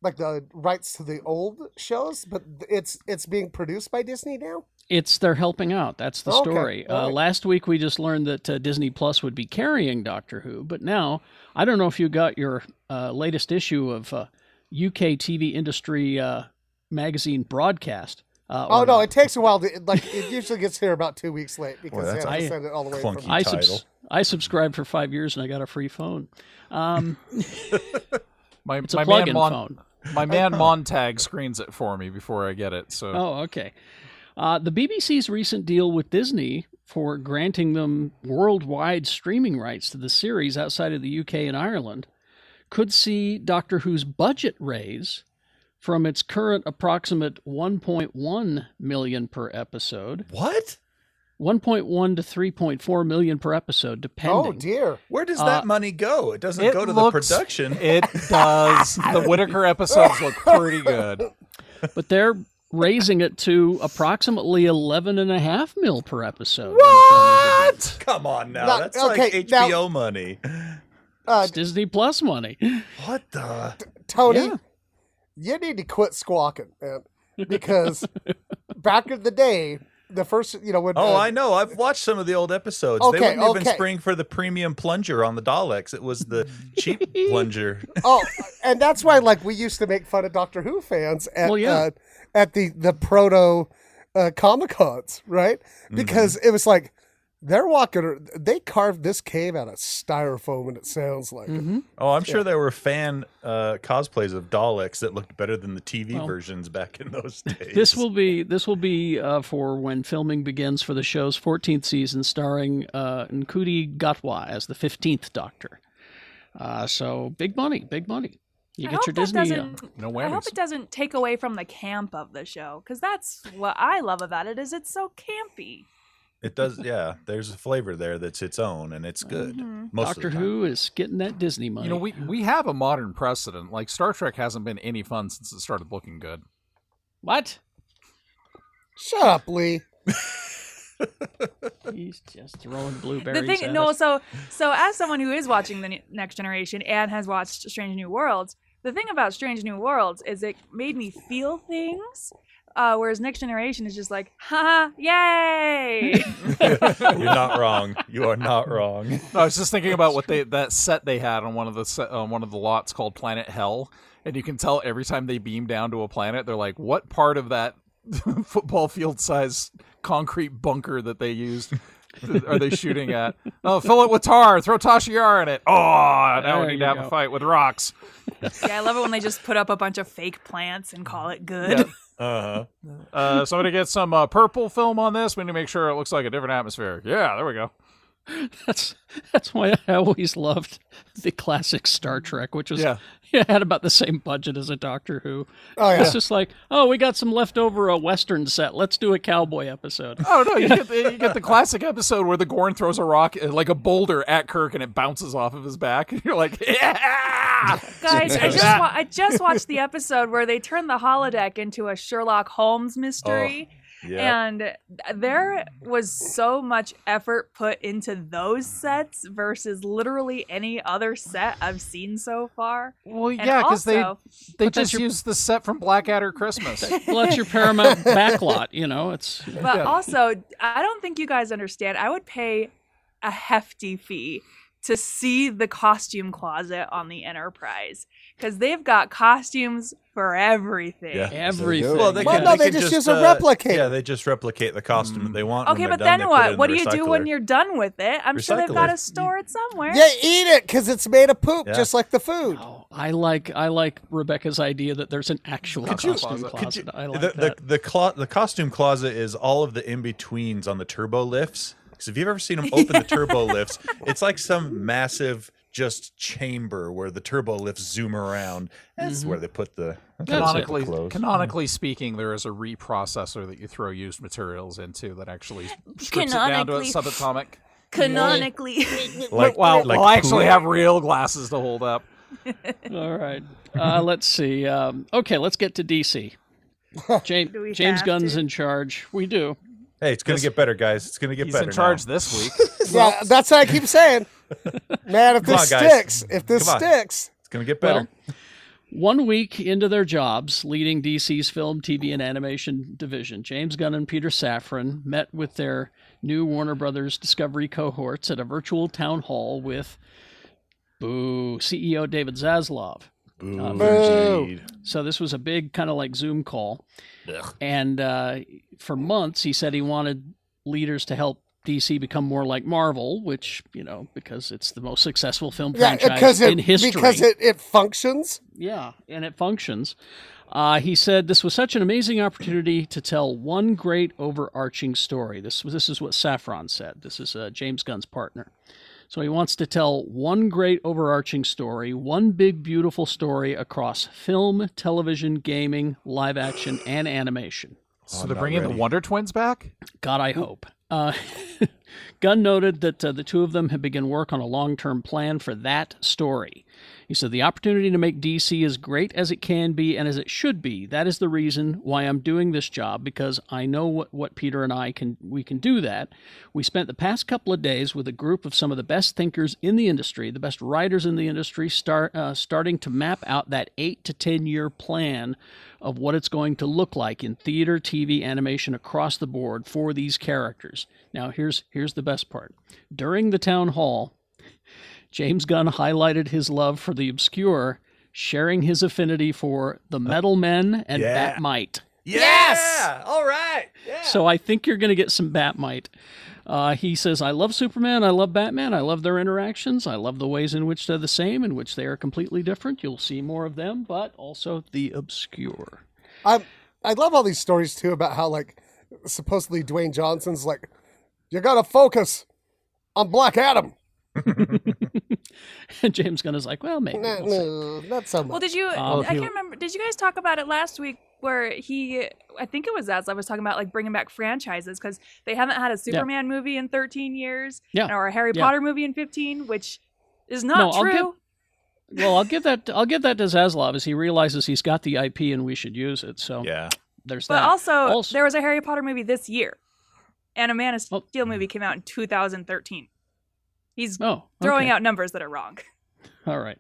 Speaker 7: like the rights to the old shows, but it's it's being produced by Disney now.
Speaker 2: it's they're helping out. That's the
Speaker 7: Okay,
Speaker 2: story. Uh,
Speaker 7: all right.
Speaker 2: Last week we just learned that uh, Disney Plus would be carrying Doctor Who, but now I don't know if you got your uh, latest issue of uh, UK TV industry uh, magazine broadcast. Uh,
Speaker 7: Oh
Speaker 2: or
Speaker 7: no,
Speaker 2: not.
Speaker 7: it takes a while to like it usually gets here about two weeks late because
Speaker 6: that's
Speaker 7: they have to
Speaker 2: a
Speaker 7: send it all the way
Speaker 6: clunky.
Speaker 7: from.
Speaker 2: I,
Speaker 6: title.
Speaker 2: subs- I subscribed for five years and I got a free phone. Um,
Speaker 5: My
Speaker 2: it's a
Speaker 5: my
Speaker 2: plug-in
Speaker 5: man Mon-
Speaker 2: phone.
Speaker 5: my man Montag screens it for me before I get it. So
Speaker 2: Oh, okay. Uh, the BBC's recent deal with Disney for granting them worldwide streaming rights to the series outside of the UK and Ireland could see Doctor Who's budget raise from its current approximate 1.1 million per episode,
Speaker 6: What?
Speaker 2: 1.1 to 3.4 million per episode,
Speaker 7: Oh
Speaker 2: depending.
Speaker 7: dear!
Speaker 6: Where does
Speaker 2: Uh,
Speaker 6: that money go? It doesn't
Speaker 5: it
Speaker 6: go to
Speaker 5: looks-
Speaker 6: the production.
Speaker 5: it does. the Whitaker episodes look pretty good.
Speaker 2: but they're raising it to approximately 11 and a half mil per episode.
Speaker 5: What?
Speaker 6: Come on now.
Speaker 7: Now-
Speaker 6: That's
Speaker 7: okay,
Speaker 6: like
Speaker 7: now-
Speaker 6: HBO money.
Speaker 7: Uh,
Speaker 2: It's Disney Plus money.
Speaker 6: What the?
Speaker 7: Tony,
Speaker 2: Yeah.
Speaker 7: you need to quit squawking, man, because back in the day, the first you know when
Speaker 6: Oh,
Speaker 7: uh,
Speaker 6: I know. I've watched some of the old episodes. they
Speaker 7: Okay,
Speaker 6: wouldn't even
Speaker 7: okay.
Speaker 6: spring for the premium plunger on the Daleks. It was the cheap plunger.
Speaker 7: oh, and that's why like we used to make fun of Doctor Who fans at
Speaker 2: Well, yeah.
Speaker 7: uh, at the the proto uh, comic cons, right?
Speaker 6: Mm-hmm.
Speaker 7: Because it was like they're walking, they carved this cave out of styrofoam, and it sounds like it.
Speaker 2: Mm-hmm.
Speaker 6: Oh, I'm sure there were fan uh, cosplays of Daleks that looked better than the TV
Speaker 2: Well,
Speaker 6: versions back in those days.
Speaker 2: This will be this will be uh, for when filming begins for the show's 14th season, starring uh, Nkudi Gatwa as the 15th Doctor. Uh, so big money, big money. You
Speaker 8: I
Speaker 2: get
Speaker 8: hope
Speaker 2: your
Speaker 8: that
Speaker 2: Disney. uh,
Speaker 8: doesn't-
Speaker 5: No
Speaker 8: I hope
Speaker 5: whammies.
Speaker 8: it doesn't take away from the camp of the show because that's what I love about it is it's so campy.
Speaker 6: It does. Yeah, there's a flavor there that's its own, and it's good. Most
Speaker 2: Mm-hmm. Doctor
Speaker 6: of the time.
Speaker 2: Who is getting that Disney money.
Speaker 5: You know, we we have a modern precedent. Like Star Trek hasn't been any fun since it started looking good.
Speaker 2: what?
Speaker 7: Shut up, Lee.
Speaker 2: He's just throwing blueberries.
Speaker 8: The thing,
Speaker 2: at
Speaker 8: no,
Speaker 2: us.
Speaker 8: so so as someone who is watching the New- Next Generation and has watched Strange New Worlds, The thing about Strange New Worlds is it made me feel things, uh, whereas Next Generation is just like, ha, yay!
Speaker 6: You're not wrong. You are not wrong.
Speaker 5: No, I was just thinking about what they that set they had on one of the set, on one of the lots called Planet Hell, and you can tell every time they beam down to a planet, they're like, "What part of that football field size concrete bunker that they used are they shooting at? Oh, fill it with tar, throw Tasha Yar in it. Oh, now
Speaker 2: There
Speaker 5: we need
Speaker 2: you
Speaker 5: to have
Speaker 2: go.
Speaker 5: a fight with rocks.
Speaker 8: yeah, I love it when they just put up a bunch of fake plants and call it good.
Speaker 5: Yeah.
Speaker 6: Uh-huh.
Speaker 5: Uh, so I'm gonna get some uh, purple film on this. We need to make sure it looks like a different atmosphere. Yeah, there we go.
Speaker 2: That's that's why I always loved the classic Star Trek, which was
Speaker 5: Yeah.
Speaker 2: it had about the same budget as a Doctor Who.
Speaker 7: Oh yeah.
Speaker 2: It's just like, oh, we got some leftover a Western set. Let's do a cowboy episode.
Speaker 5: Oh no, you get the, you get the classic episode where the Gorn throws a rock uh, like a boulder at Kirk and it bounces off of his back. And you're like, yeah.
Speaker 8: Guys, I just wa- I just watched the episode where they turned the holodeck into a Sherlock Holmes mystery.
Speaker 6: Yeah.
Speaker 8: And there was so much effort put into those sets versus literally any other set I've seen so far.
Speaker 5: Well,
Speaker 8: And
Speaker 5: yeah, because they
Speaker 8: also-
Speaker 5: they
Speaker 2: But that's
Speaker 5: just
Speaker 2: your-
Speaker 5: used the set from Blackadder Christmas.
Speaker 2: Well, that's your Paramount backlot. You know, it's
Speaker 8: But
Speaker 5: Yeah.
Speaker 8: also, I don't think you guys understand. I would pay a hefty fee to see the costume closet on the Enterprise because they've got costumes for everything.
Speaker 6: Yeah.
Speaker 2: everything.
Speaker 6: Well, they
Speaker 7: Well,
Speaker 6: can,
Speaker 7: no, they
Speaker 6: can uh,
Speaker 7: just use a replicator.
Speaker 6: Yeah, they just replicate the costume that they want.
Speaker 8: Okay,
Speaker 6: When
Speaker 8: but
Speaker 6: they're done, they
Speaker 8: then
Speaker 6: put it
Speaker 8: what?
Speaker 6: in
Speaker 8: What
Speaker 6: the
Speaker 8: do you do when
Speaker 6: recycler.
Speaker 8: you're done with it? I'm sure they've
Speaker 6: Recycler.
Speaker 8: got to store it somewhere.
Speaker 7: Yeah, eat it because it's made of poop,
Speaker 6: Yeah.
Speaker 7: just like the food.
Speaker 2: Oh, I like I like Rebecca's idea that there's an actual costume
Speaker 5: could
Speaker 2: closet. I like
Speaker 6: the,
Speaker 2: that.
Speaker 6: the the clo- the costume closet is all of the in betweens on the turbo lifts. Because if you've ever seen them open the turbo lifts, it's like some massive just chamber where the turbo lifts zoom around. That's where they put the that's where they put the
Speaker 5: canonically,
Speaker 6: clothes.
Speaker 5: canonically speaking, there is a reprocessor that you throw used materials into that actually strips it down to a
Speaker 8: Canonically.
Speaker 5: subatomic.
Speaker 8: Canonically,
Speaker 6: like,
Speaker 5: Well,
Speaker 6: like
Speaker 5: well, I actually
Speaker 6: poop.
Speaker 5: have real glasses to hold up.
Speaker 2: All right. Uh, let's see. Um, okay, let's get to DC. James,
Speaker 8: Do we
Speaker 2: James
Speaker 8: have
Speaker 2: Gunn's
Speaker 8: to?
Speaker 2: in charge. We do.
Speaker 6: Hey, it's gonna get better, guys. It's gonna get
Speaker 5: He's
Speaker 6: better.
Speaker 5: in
Speaker 6: now.
Speaker 5: charge this week.
Speaker 7: yeah, that's what I keep saying. Man, if
Speaker 6: Come
Speaker 7: this
Speaker 6: on, guys.
Speaker 7: sticks, if this
Speaker 6: Come on.
Speaker 7: sticks,
Speaker 6: It's gonna get better.
Speaker 2: One week into their jobs, leading DC's film, TV, and animation division, James Gunn and Peter Safran met with their new Warner Brothers Discovery cohorts at a virtual town hall with Boo CEO David Zaslav. Uh,
Speaker 6: Ooh,
Speaker 7: Boo.
Speaker 6: indeed.
Speaker 2: So this was a big kind of like Zoom call. And uh, for months, he said he wanted leaders to help DC become more like Marvel, which you know because it's the most successful film
Speaker 7: yeah,
Speaker 2: franchise
Speaker 7: because it
Speaker 2: in history.
Speaker 7: because it, it functions.
Speaker 2: Yeah, and it functions. Uh, he said this was such an amazing opportunity to tell one great overarching story. This this is what Saffron said. This is uh, James Gunn's partner. So he wants to tell one great overarching story, one big beautiful story across film, television, gaming, live action, and animation.
Speaker 5: so they're bringing the Wonder Twins back.
Speaker 2: God, I hope. Uh, Gunn noted that uh, the two of them had begun work on a long term plan for that story. He said, The opportunity to make DC as great as it can be and as it should be, that is the reason why I'm doing this job because I know what, what Peter and I can, we can do that. We spent the past couple of days with a group of some of the best thinkers in the industry, the best writers in the industry, start, uh, starting to map out that eight to 10 year plan of what it's going to look like in theater, TV, animation across the board for these characters. Now, here's here's the best part. During the town hall, James Gunn highlighted his love for the obscure, sharing his affinity for the Metal Men and
Speaker 6: Uh, yeah.
Speaker 2: Batmite.
Speaker 6: Yes. All right. Yeah.
Speaker 2: So I think you're going to get some Batmite. Uh, he says, I love Superman. I love Batman. I love their interactions. I love the ways in which they're the same, in which they are completely different. You'll see more of them, but also the obscure.
Speaker 7: I I love all these stories too about how like supposedly Dwayne Johnson's like, you gotta focus on Black Adam.
Speaker 2: And James Gunn is like, well, maybe.
Speaker 7: Nah,
Speaker 2: we'll see."
Speaker 7: no, not so much.
Speaker 8: well, did you?
Speaker 2: Oh,
Speaker 8: I can't remember. Did you guys talk about it last week? Where he, I think it was as I was talking about, like bringing back franchises because they haven't had a Superman movie in 13 years,
Speaker 2: Yeah.
Speaker 8: or a Harry
Speaker 2: Yeah.
Speaker 8: Potter movie in 15, which is
Speaker 2: No,
Speaker 8: not
Speaker 2: I'll
Speaker 8: true.
Speaker 2: give- Well, I'll give that I'll give that to Zaslav as he realizes he's got the IP and we should use it. So
Speaker 6: yeah.
Speaker 2: there's
Speaker 8: But
Speaker 2: that.
Speaker 8: also,
Speaker 2: Also-
Speaker 8: there was a Harry Potter movie this year, and a Man of Steel
Speaker 2: Well-
Speaker 8: movie came out in 2013. He's
Speaker 2: oh,
Speaker 8: throwing
Speaker 2: okay.
Speaker 8: out numbers that are wrong.
Speaker 2: All right.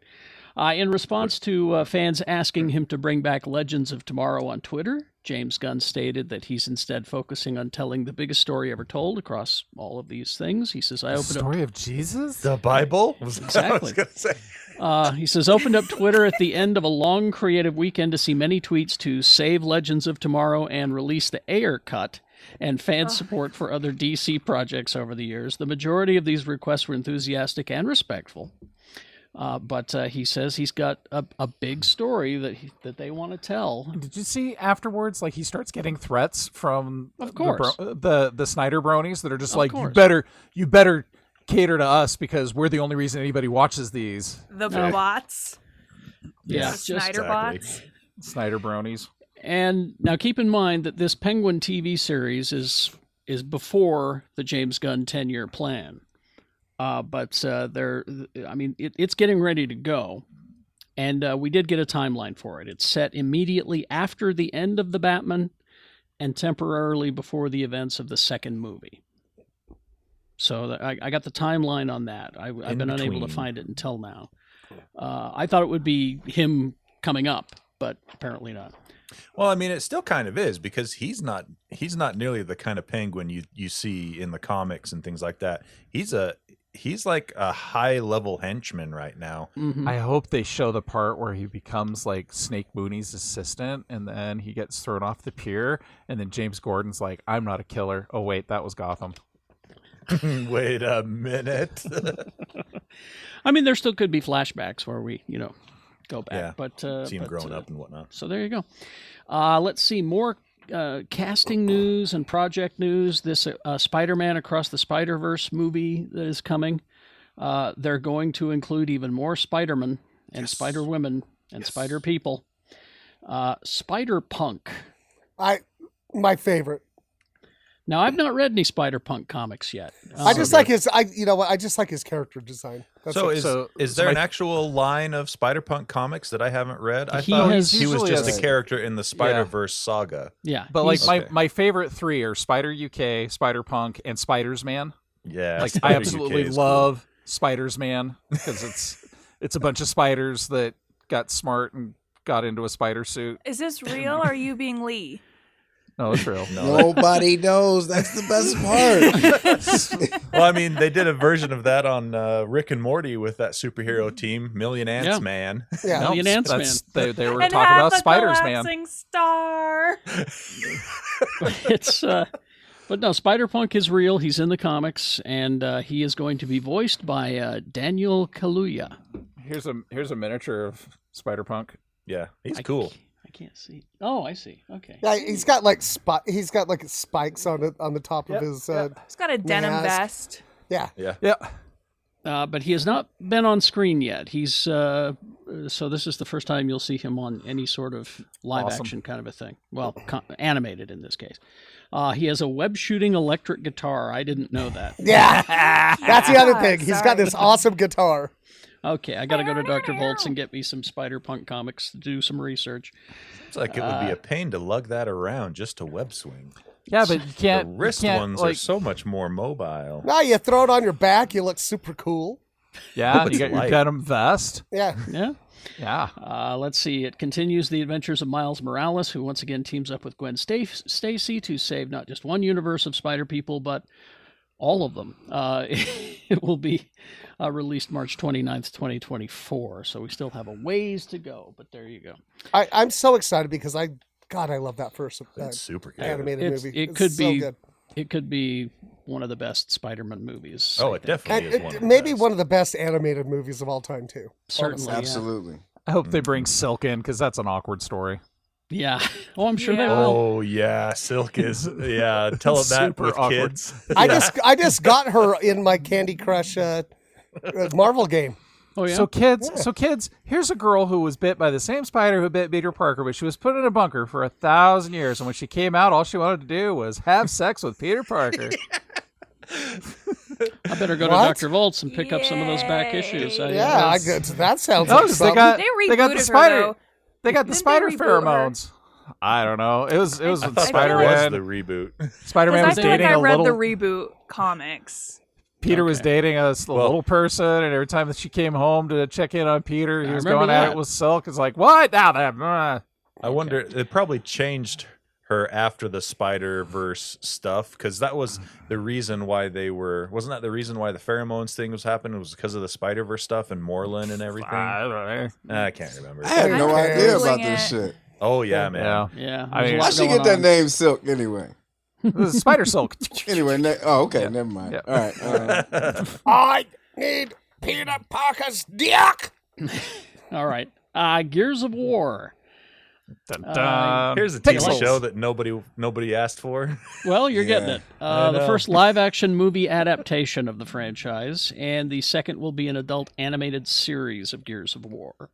Speaker 2: Uh, in response to uh, fans asking him to bring back Legends of Tomorrow on Twitter, James Gunn stated that he's instead focusing on telling the biggest story ever told across all of these things. He says, "I opened up
Speaker 5: Story of Jesus?
Speaker 6: The Bible? Was what I was
Speaker 2: Exactly.
Speaker 6: gonna say.
Speaker 2: Uh, he says, opened up Twitter at the end of a long creative weekend to see many tweets to save Legends of Tomorrow and release the Ayer cut and fan support for other DC projects over the years. The majority of these requests were enthusiastic and respectful. Uh, but uh, he says he's got a, a big story that he, that they want to tell.
Speaker 5: Did you see afterwards? Like he starts getting threats from
Speaker 2: Of course.
Speaker 5: the, bro- the the Snyder bronies that are just
Speaker 2: Of
Speaker 5: like you
Speaker 2: course.
Speaker 5: better you better cater to us because we're the only reason anybody watches these
Speaker 10: The
Speaker 2: No.
Speaker 10: bots.
Speaker 2: Yeah,
Speaker 10: the
Speaker 2: just-
Speaker 10: Snyder
Speaker 6: Exactly.
Speaker 10: bots.
Speaker 5: Snyder bronies.
Speaker 2: And now keep in mind that this Penguin TV series is is before the James Gunn 10-year plan. Uh, but uh, they're, I mean, it, it's getting ready to go. And uh, we did get a timeline for it. It's set immediately after the end of the Batman and temporarily before the events of the second movie. So that- I, I got the timeline on that. I, I've
Speaker 6: In
Speaker 2: been unable to
Speaker 6: between.
Speaker 2: find it until now. Uh, I thought it would be him coming up, but apparently not.
Speaker 6: Well, I mean, it still kind of is because he's not he's not nearly the kind of penguin you you see in the comics and things like that. He's a he's like a high level henchman right now.
Speaker 2: Mhm.
Speaker 5: I hope they show the part where he becomes like Snake Mooney's assistant and then he gets thrown off the pier and then James Gordon's like, I'm not a killer. Oh wait, that was Gotham.
Speaker 6: Wait a minute.
Speaker 2: I mean, there still could be flashbacks where we, you know, go back.
Speaker 6: Yeah.
Speaker 2: But uh,
Speaker 6: see him
Speaker 2: but,
Speaker 6: growing
Speaker 2: uh,
Speaker 6: up and whatnot.
Speaker 2: So there you go. Uh, let's see more uh, casting news and project news. This uh, Spider-Man Across the Spider-Verse movie that is coming. Uh, they're going to include even more Spider-Man and
Speaker 6: Yes.
Speaker 2: Spider-Women and
Speaker 6: Yes.
Speaker 2: Spider-People. Uh, Spider-Punk.
Speaker 7: I my favorite.
Speaker 2: Now, I've not read any Spider-Punk comics yet.
Speaker 7: I
Speaker 2: Um,
Speaker 7: just like his. I you know what? I just like his character design. That's
Speaker 6: so
Speaker 7: it.
Speaker 6: is
Speaker 5: so-
Speaker 6: is
Speaker 5: so
Speaker 6: there
Speaker 5: my-
Speaker 6: an actual line of Spider Punk comics that I haven't read? I
Speaker 2: He
Speaker 6: thought
Speaker 2: has-
Speaker 6: he was
Speaker 5: usually
Speaker 6: just
Speaker 5: has-
Speaker 6: a character in the Spider Verse saga.
Speaker 2: yeah.
Speaker 5: But like
Speaker 2: he's-
Speaker 5: my,
Speaker 6: Okay.
Speaker 5: my favorite three are Spider UK, Spider Punk, and Spiders Man.
Speaker 6: Yeah,
Speaker 5: Like I
Speaker 6: Spider-UK
Speaker 5: absolutely
Speaker 6: is cool.
Speaker 5: love Spiders Man because it's it's a bunch of spiders that got smart and got into a spider suit.
Speaker 8: Is this real or are you being Lee?
Speaker 5: No, it's real.
Speaker 9: Nobody knows. That's the best part.
Speaker 6: well, I mean, they did a version of that on uh, Rick and Morty with that
Speaker 5: Mm-hmm.
Speaker 6: superhero team, Million Ants
Speaker 2: Yeah.
Speaker 6: Man.
Speaker 7: yeah.
Speaker 5: No,
Speaker 2: Million Ants
Speaker 5: that's- They, they were
Speaker 8: and
Speaker 5: talking
Speaker 8: have
Speaker 5: about
Speaker 8: a
Speaker 5: Spiders Man.
Speaker 8: collapsing star.
Speaker 2: it's uh but no spider punk is real he's in the comics and uh, he is going to be voiced by uh, daniel kaluuya
Speaker 5: Here's a here's a miniature of Spider Punk.
Speaker 6: Yeah, he's
Speaker 2: I
Speaker 6: cool.
Speaker 2: c- i can't see oh i see okay
Speaker 7: Yeah, he's got like spot. He's got like spikes on it on the top of his. Uh,
Speaker 8: He's got a denim
Speaker 7: Yeah, it's-
Speaker 8: vest.
Speaker 7: yeah,
Speaker 5: Yeah.
Speaker 2: uh, but he has not been on screen yet he's uh, uh, so this is the first time you'll see him on any sort of live
Speaker 5: Awesome.
Speaker 2: action kind of a thing well co- animated in this case uh, he has a web shooting electric guitar i didn't know that
Speaker 7: yeah. That's the other thing. He's got
Speaker 8: Sorry.
Speaker 7: this awesome guitar.
Speaker 2: okay i gotta go to dr volts and get me some spider punk comics to do some research
Speaker 6: It's like it would
Speaker 5: uh,
Speaker 6: be a pain to lug that around just to web swing.
Speaker 5: Yeah, but you
Speaker 6: The
Speaker 5: can't. you
Speaker 6: wrist
Speaker 5: can't,
Speaker 6: ones are
Speaker 5: like-
Speaker 6: so much more mobile.
Speaker 7: Now you throw it on your back. You look super cool.
Speaker 5: Yeah,
Speaker 6: Hope
Speaker 5: you
Speaker 6: it's
Speaker 5: got your
Speaker 6: light.
Speaker 5: denim vest.
Speaker 7: Yeah.
Speaker 2: yeah
Speaker 5: Yeah.
Speaker 2: Uh, let's see. It continues the adventures of Miles Morales, who once again teams up with Gwen Staf- Stacy to save not just one universe of Spider People, but all of them. Uh, it will be uh, released March 29th, 2024. So we still have a ways to go, but there you go.
Speaker 7: I, I'm so excited because I, God, I love that first uh,
Speaker 6: It's super good.
Speaker 7: animated
Speaker 2: It's-
Speaker 7: movie.
Speaker 2: it
Speaker 7: It's
Speaker 2: could
Speaker 7: so
Speaker 2: be
Speaker 7: good.
Speaker 2: It could be one of the best Spider Man movies.
Speaker 6: Oh,
Speaker 2: I
Speaker 6: it
Speaker 2: think.
Speaker 6: definitely is
Speaker 7: And
Speaker 6: one. Of
Speaker 7: it- maybe
Speaker 6: the best.
Speaker 7: one of the best animated movies of all time too.
Speaker 2: Certainly. yeah.
Speaker 9: Absolutely.
Speaker 5: I hope they bring Silk in because that's an awkward story.
Speaker 2: Yeah. Oh, I'm sure they
Speaker 8: Yeah.
Speaker 2: will.
Speaker 6: Oh yeah, Silk is yeah. Tell him that
Speaker 5: Super
Speaker 6: with
Speaker 5: awkward.
Speaker 6: kids.
Speaker 7: I just I just got her in my Candy Crush uh, uh, Marvel game.
Speaker 2: Oh, yeah.
Speaker 5: So kids, so kids, here's a girl who was bit by the same spider who bit Peter Parker, but she was put in a bunker for a thousand years, and when she came out, all she wanted to do was have sex with Peter Parker.
Speaker 2: I better go
Speaker 7: What?
Speaker 2: to Dr. Volts and pick up some of those back issues. I, uh,
Speaker 7: Yeah, I could, that sounds.
Speaker 5: No,
Speaker 2: Oh,
Speaker 7: like
Speaker 5: 'cause they
Speaker 7: something.
Speaker 5: got
Speaker 8: They
Speaker 5: they got
Speaker 8: rebooted
Speaker 5: the
Speaker 8: her,
Speaker 5: spider
Speaker 8: though.
Speaker 5: they got the
Speaker 8: Didn't they
Speaker 5: spider
Speaker 8: reboot her?
Speaker 5: pheromones. I don't know. It was it was
Speaker 8: I
Speaker 5: with
Speaker 8: thought that
Speaker 5: Spider
Speaker 6: That was the
Speaker 5: Man.
Speaker 6: reboot.
Speaker 5: Spider Man
Speaker 8: Because I
Speaker 5: was
Speaker 8: feel like
Speaker 5: dating
Speaker 8: I
Speaker 5: a
Speaker 8: read
Speaker 5: little
Speaker 8: the reboot comics.
Speaker 5: Peter was
Speaker 2: Okay.
Speaker 5: dating a s-
Speaker 6: Well-
Speaker 5: little person, and every time that she came home to check in on Peter, he
Speaker 2: I
Speaker 5: was
Speaker 2: remember
Speaker 5: going at
Speaker 2: that.
Speaker 5: it with Silk. It's like, what? Now that uh,
Speaker 6: I wonder. It probably changed her after the Spider Verse stuff because that was
Speaker 5: Mm-hmm.
Speaker 6: the reason why they were. Wasn't that the reason why the pheromones thing was happening? Was because of the Spider Verse stuff and Moreland and everything.
Speaker 5: I don't know.
Speaker 6: I can't remember.
Speaker 9: I had
Speaker 7: Who
Speaker 9: no
Speaker 7: cares?
Speaker 9: idea about
Speaker 8: Googling
Speaker 9: this
Speaker 8: it.
Speaker 9: shit.
Speaker 6: Oh yeah, man.
Speaker 5: Yeah.
Speaker 2: Yeah.
Speaker 5: I
Speaker 2: there's a
Speaker 5: mean-
Speaker 2: lot
Speaker 9: Why she
Speaker 2: going
Speaker 9: get that
Speaker 2: on.
Speaker 9: name Silk anyway?
Speaker 5: This is Spider Silk.
Speaker 9: Anyway, ne- oh okay, never mind.
Speaker 5: Yeah.
Speaker 9: All right, all right.
Speaker 7: I need Peter Parker's dick.
Speaker 2: All right. Uh, Gears of War.
Speaker 5: Dun,
Speaker 2: Uh,
Speaker 5: dun.
Speaker 6: Here's a TV
Speaker 5: Pixels.
Speaker 6: show that nobody nobody asked for.
Speaker 2: Well, you're getting
Speaker 9: Yeah,
Speaker 2: it. Uh, the
Speaker 6: know.
Speaker 2: first live action movie adaptation of the franchise, and the second will be an adult animated series of Gears of War.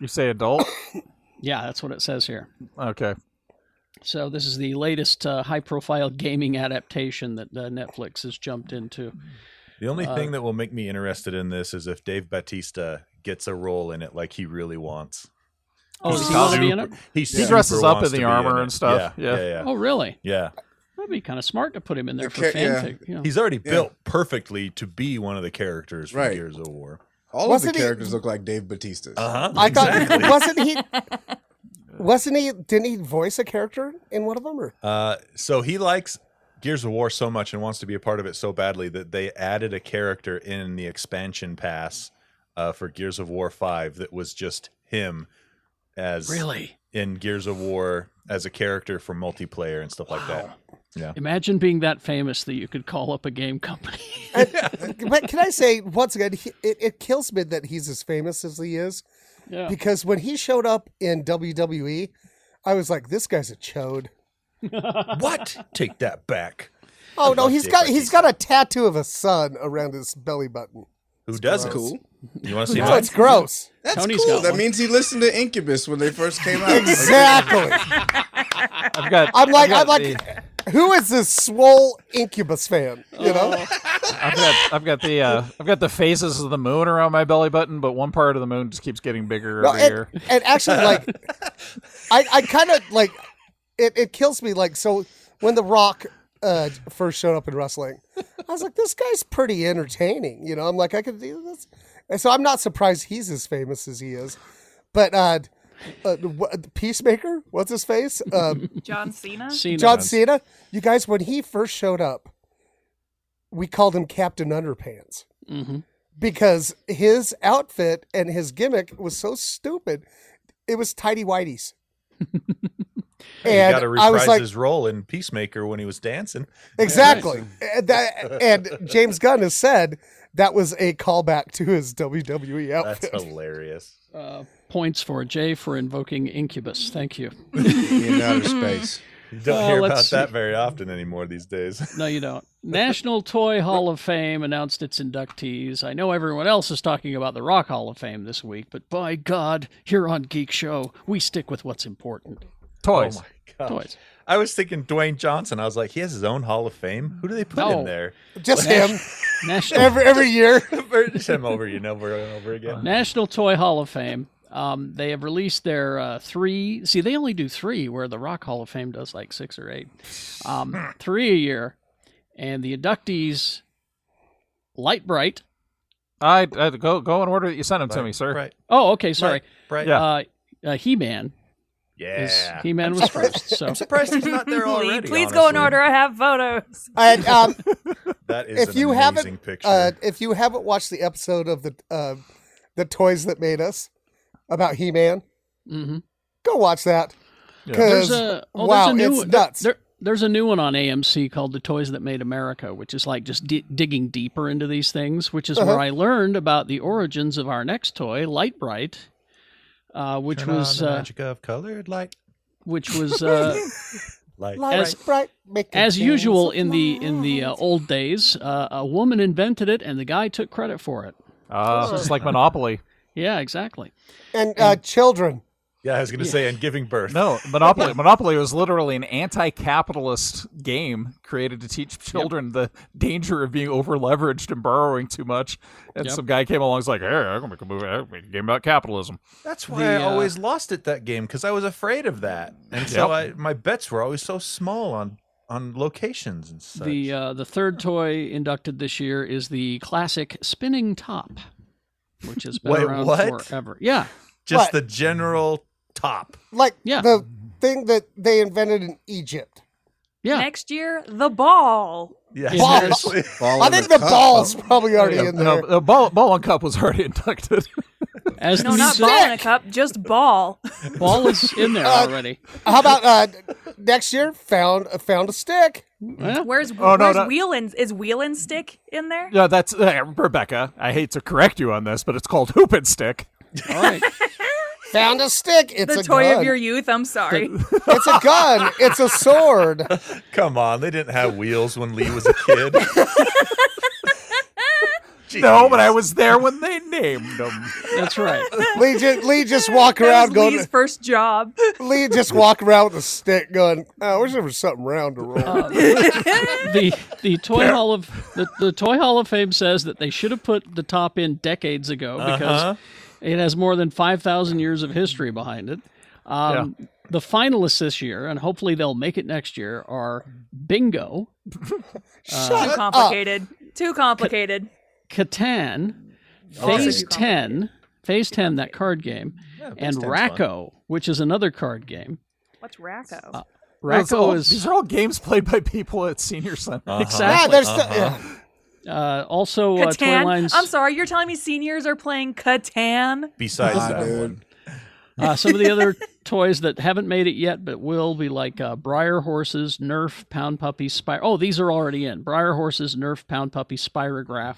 Speaker 5: You say adult?
Speaker 2: Yeah, that's what it says here.
Speaker 5: Okay.
Speaker 2: So this is the latest uh, high-profile gaming adaptation that uh, Netflix has jumped into.
Speaker 6: The only
Speaker 2: Uh,
Speaker 6: thing that will make me interested in this is if Dave Batista gets a role in it like he really wants.
Speaker 2: Oh,
Speaker 5: Is
Speaker 2: does
Speaker 5: he
Speaker 2: he want to be in
Speaker 6: super-
Speaker 2: it?
Speaker 6: He, super
Speaker 5: dresses up
Speaker 6: wants
Speaker 5: in the
Speaker 6: to be
Speaker 5: armor
Speaker 6: it.
Speaker 5: and stuff.
Speaker 6: Yeah,
Speaker 5: Yeah.
Speaker 6: yeah, yeah.
Speaker 2: Oh, really?
Speaker 6: yeah.
Speaker 2: That'd be kind of smart to put him in there
Speaker 9: The
Speaker 2: for
Speaker 9: ca- yeah.
Speaker 2: fanfic. Yeah.
Speaker 6: He's already
Speaker 9: Yeah.
Speaker 6: built perfectly to be one of the characters from
Speaker 9: Right.
Speaker 6: Gears of War.
Speaker 9: All of
Speaker 7: Wasn't
Speaker 9: the
Speaker 7: he-
Speaker 9: characters look like Dave Bautista.
Speaker 6: Uh huh.
Speaker 7: I thought wasn't he? Wasn't he? Didn't he voice a character in one of them? Or
Speaker 6: Uh, so he likes Gears of War so much and wants to be a part of it so badly that they added a character in the expansion pass uh, for Gears of War Five that was just him as
Speaker 2: Really?
Speaker 6: in Gears of War as a character for multiplayer and stuff like that.
Speaker 2: Imagine being that famous that you could call up a game company.
Speaker 7: but can I say once again, he, it, it kills me that he's as famous as he is
Speaker 2: yeah.
Speaker 7: because when he showed up in WWE, I was like, this guy's a chode.
Speaker 6: what? Take that back.
Speaker 7: Oh no,
Speaker 6: love
Speaker 7: he's
Speaker 6: Dave
Speaker 7: got he's
Speaker 6: Bautista.
Speaker 7: got a tattoo of a sun around his belly button.
Speaker 6: Who doesn't?
Speaker 9: cool.
Speaker 6: You want to see
Speaker 7: No,
Speaker 6: mine?
Speaker 7: it's gross.
Speaker 9: That's
Speaker 2: Tony's
Speaker 9: cool.
Speaker 2: got
Speaker 9: That
Speaker 2: one.
Speaker 9: means he listened to Incubus when they first came out.
Speaker 7: Exactly.
Speaker 5: I've got.
Speaker 7: I'm like
Speaker 5: I've got
Speaker 7: I'm like, who is this swole Incubus fan? You
Speaker 2: Oh.
Speaker 7: know,
Speaker 5: the- I've got. I've got the. Uh, I've got the phases of the moon around my belly button, but one part of the moon just keeps getting bigger
Speaker 7: No,
Speaker 5: every
Speaker 7: and,
Speaker 5: year.
Speaker 7: and actually, like, I I kind of like it. It kills me. Like, so when The Rock uh, first showed up in wrestling, I was like, this guy's pretty entertaining. You know, I'm like, I could do this, and so I'm not surprised he's as famous as he is. But uh, uh what, Peacemaker, what's his face? Um,
Speaker 8: John Cena.
Speaker 2: Cena.
Speaker 7: John Cena, you guys, when he first showed up, we called him Captain Underpants
Speaker 2: Mhm.
Speaker 7: because his outfit and his gimmick was so stupid. It was tidy whities.
Speaker 6: he
Speaker 7: and
Speaker 6: got to
Speaker 7: I
Speaker 6: reprise
Speaker 7: was like,
Speaker 6: his role in Peacemaker when he was dancing.
Speaker 7: exactly. And, that, and James Gunn has said that was a callback to his WWE
Speaker 6: That's
Speaker 7: outfit.
Speaker 6: hilarious.
Speaker 2: Uh, points for Jay for invoking Incubus. Thank you.
Speaker 9: in outer space.
Speaker 6: You don't
Speaker 2: Uh,
Speaker 6: hear
Speaker 2: let's
Speaker 6: about
Speaker 2: see.
Speaker 6: that very often anymore these days.
Speaker 2: No, you don't. National Toy Hall of Fame announced its inductees. I know everyone else is talking about the Rock Hall of Fame this week, but by God, here on Geek Show, we stick with what's important.
Speaker 5: Toys.
Speaker 6: Oh my god.
Speaker 2: Toys.
Speaker 6: I was thinking Dwayne Johnson. I was like, he has his own Hall of Fame. Who do they put
Speaker 2: No.
Speaker 6: in there?
Speaker 7: Just him
Speaker 2: National
Speaker 7: every, every year.
Speaker 6: Just him over you know, over and over
Speaker 2: Oh,
Speaker 6: again.
Speaker 2: National Toy Hall of Fame. Um, they have released their uh, three. See, they only do three, where the Rock Hall of Fame does like six or eight. Um, three a year, and the inductees: Light Bright.
Speaker 5: I, I go go and order that you sent them to me, sir.
Speaker 6: Right.
Speaker 2: Oh, okay, sorry.
Speaker 6: Right.
Speaker 5: Yeah.
Speaker 2: Uh, uh, He Man.
Speaker 6: Yeah.
Speaker 2: He Man was first. So
Speaker 6: I'm surprised he's not there already.
Speaker 8: Please go in
Speaker 6: honestly.
Speaker 8: order. I have photos.
Speaker 7: And um,
Speaker 6: That is
Speaker 7: if
Speaker 6: an
Speaker 7: you
Speaker 6: amazing
Speaker 7: haven't
Speaker 6: picture.
Speaker 7: uh, if you haven't watched the episode of the uh, the toys that made us about He Man,
Speaker 2: mhm.
Speaker 7: go watch that.
Speaker 2: there's
Speaker 7: Because
Speaker 2: a oh,
Speaker 7: wow,
Speaker 2: there's a new
Speaker 7: it's
Speaker 2: one-
Speaker 7: nuts.
Speaker 2: there- there's a new one on AMC called "The Toys That Made America," which is like just di- digging deeper into these things, which
Speaker 7: Uh-huh.
Speaker 2: is where I learned about the origins of our next toy, Light Bright, uh, which
Speaker 6: Turn on
Speaker 2: was
Speaker 6: the
Speaker 2: uh,
Speaker 6: magic of colored light.
Speaker 2: which was uh,
Speaker 6: Light.
Speaker 7: Light
Speaker 2: as-
Speaker 7: bright, make the
Speaker 2: as
Speaker 7: things
Speaker 2: usual
Speaker 7: of
Speaker 2: in the in the uh,
Speaker 7: light.
Speaker 2: old days. Uh, a woman invented it, and the guy took credit for it.
Speaker 5: Uh, it's like Monopoly.
Speaker 2: Yeah, exactly.
Speaker 7: and uh, children.
Speaker 6: Yeah, I was gonna say, and giving birth.
Speaker 5: No, Monopoly. Monopoly was literally an anti-capitalist game created to teach children the danger of being overleveraged and borrowing too much. And
Speaker 2: Yep.
Speaker 5: some guy came along, and was like, "Hey, I'm gonna make a movie, I'm gonna make a game about capitalism."
Speaker 6: That's why
Speaker 2: The,
Speaker 6: I
Speaker 2: uh,
Speaker 6: always lost at that game because I was afraid of that, and so I, my bets were always so small on on locations and such.
Speaker 2: The uh, the third toy inducted this year is the classic spinning top, which has been
Speaker 6: Wait,
Speaker 2: around
Speaker 6: what?
Speaker 2: forever. Yeah,
Speaker 6: Just
Speaker 7: What?
Speaker 6: the general top.
Speaker 7: Like
Speaker 2: Yeah.
Speaker 7: the thing that they invented in Egypt.
Speaker 2: yeah.
Speaker 8: Next year, the ball.
Speaker 6: Yeah.
Speaker 2: Is there-
Speaker 6: seriously.
Speaker 9: Ball
Speaker 7: I
Speaker 9: in
Speaker 7: think the
Speaker 9: cup,
Speaker 7: ball's
Speaker 9: huh?
Speaker 7: probably already in there.
Speaker 5: No, the uh, ball, ball and cup was already inducted.
Speaker 2: as
Speaker 8: No,
Speaker 2: the
Speaker 8: not
Speaker 2: music-
Speaker 8: ball in a cup, just ball.
Speaker 2: ball is in
Speaker 6: Oh.
Speaker 2: there already.
Speaker 7: How about uh, next year? Found found a stick.
Speaker 2: Well,
Speaker 8: Where's
Speaker 5: no,
Speaker 8: where's
Speaker 5: no.
Speaker 8: Wheelan's? Is Wheelan's stick in there?
Speaker 5: yeah, that's uh, Rebecca. I hate to correct you on this, but it's called hoop and stick.
Speaker 2: all right.
Speaker 7: Found a stick. It's
Speaker 8: the
Speaker 7: a
Speaker 8: toy
Speaker 7: gun.
Speaker 8: of your youth. I'm sorry.
Speaker 7: It's a gun. It's a sword.
Speaker 6: Come on, they didn't have wheels when Lee was a kid.
Speaker 5: No, but I was there when they named them.
Speaker 2: That's right.
Speaker 7: Lee just, Lee just walk
Speaker 8: that
Speaker 7: around
Speaker 8: was
Speaker 7: going.
Speaker 8: Lee's first job.
Speaker 7: Lee just walk around with a stick, going. Oh, I wish there was something round to roll.
Speaker 2: the the toy hall of the, the toy hall of fame says that they should have put the top in decades ago because
Speaker 6: Uh-huh.
Speaker 2: it has more than 5000 years of history behind it um, the finalists this year and hopefully they'll make it next year are bingo
Speaker 8: too complicated. Too complicated.
Speaker 2: catan
Speaker 7: Oh,
Speaker 8: also
Speaker 2: phase
Speaker 8: too
Speaker 2: 10 phase 10 that card game and racco which is another card game
Speaker 8: What's Racco?
Speaker 5: Those are all-
Speaker 2: racco
Speaker 5: These
Speaker 2: is
Speaker 5: are all games played by people at senior center.
Speaker 6: Uh-huh.
Speaker 7: yeah,
Speaker 2: exactly
Speaker 7: Ah, there's sti- yeah.
Speaker 2: uh, also uh, toy
Speaker 8: Catan.
Speaker 2: lines
Speaker 8: I'm sorry, you're telling me seniors are playing Catan?
Speaker 6: Besides that
Speaker 9: dude.
Speaker 6: one.
Speaker 2: Uh, some of the other toys that haven't made it yet but will be like uh, Briar Horses, Nerf, Pound Puppy, Spy. Oh, these are already in. Briar Horses, Nerf, Pound Puppy, Spirograph,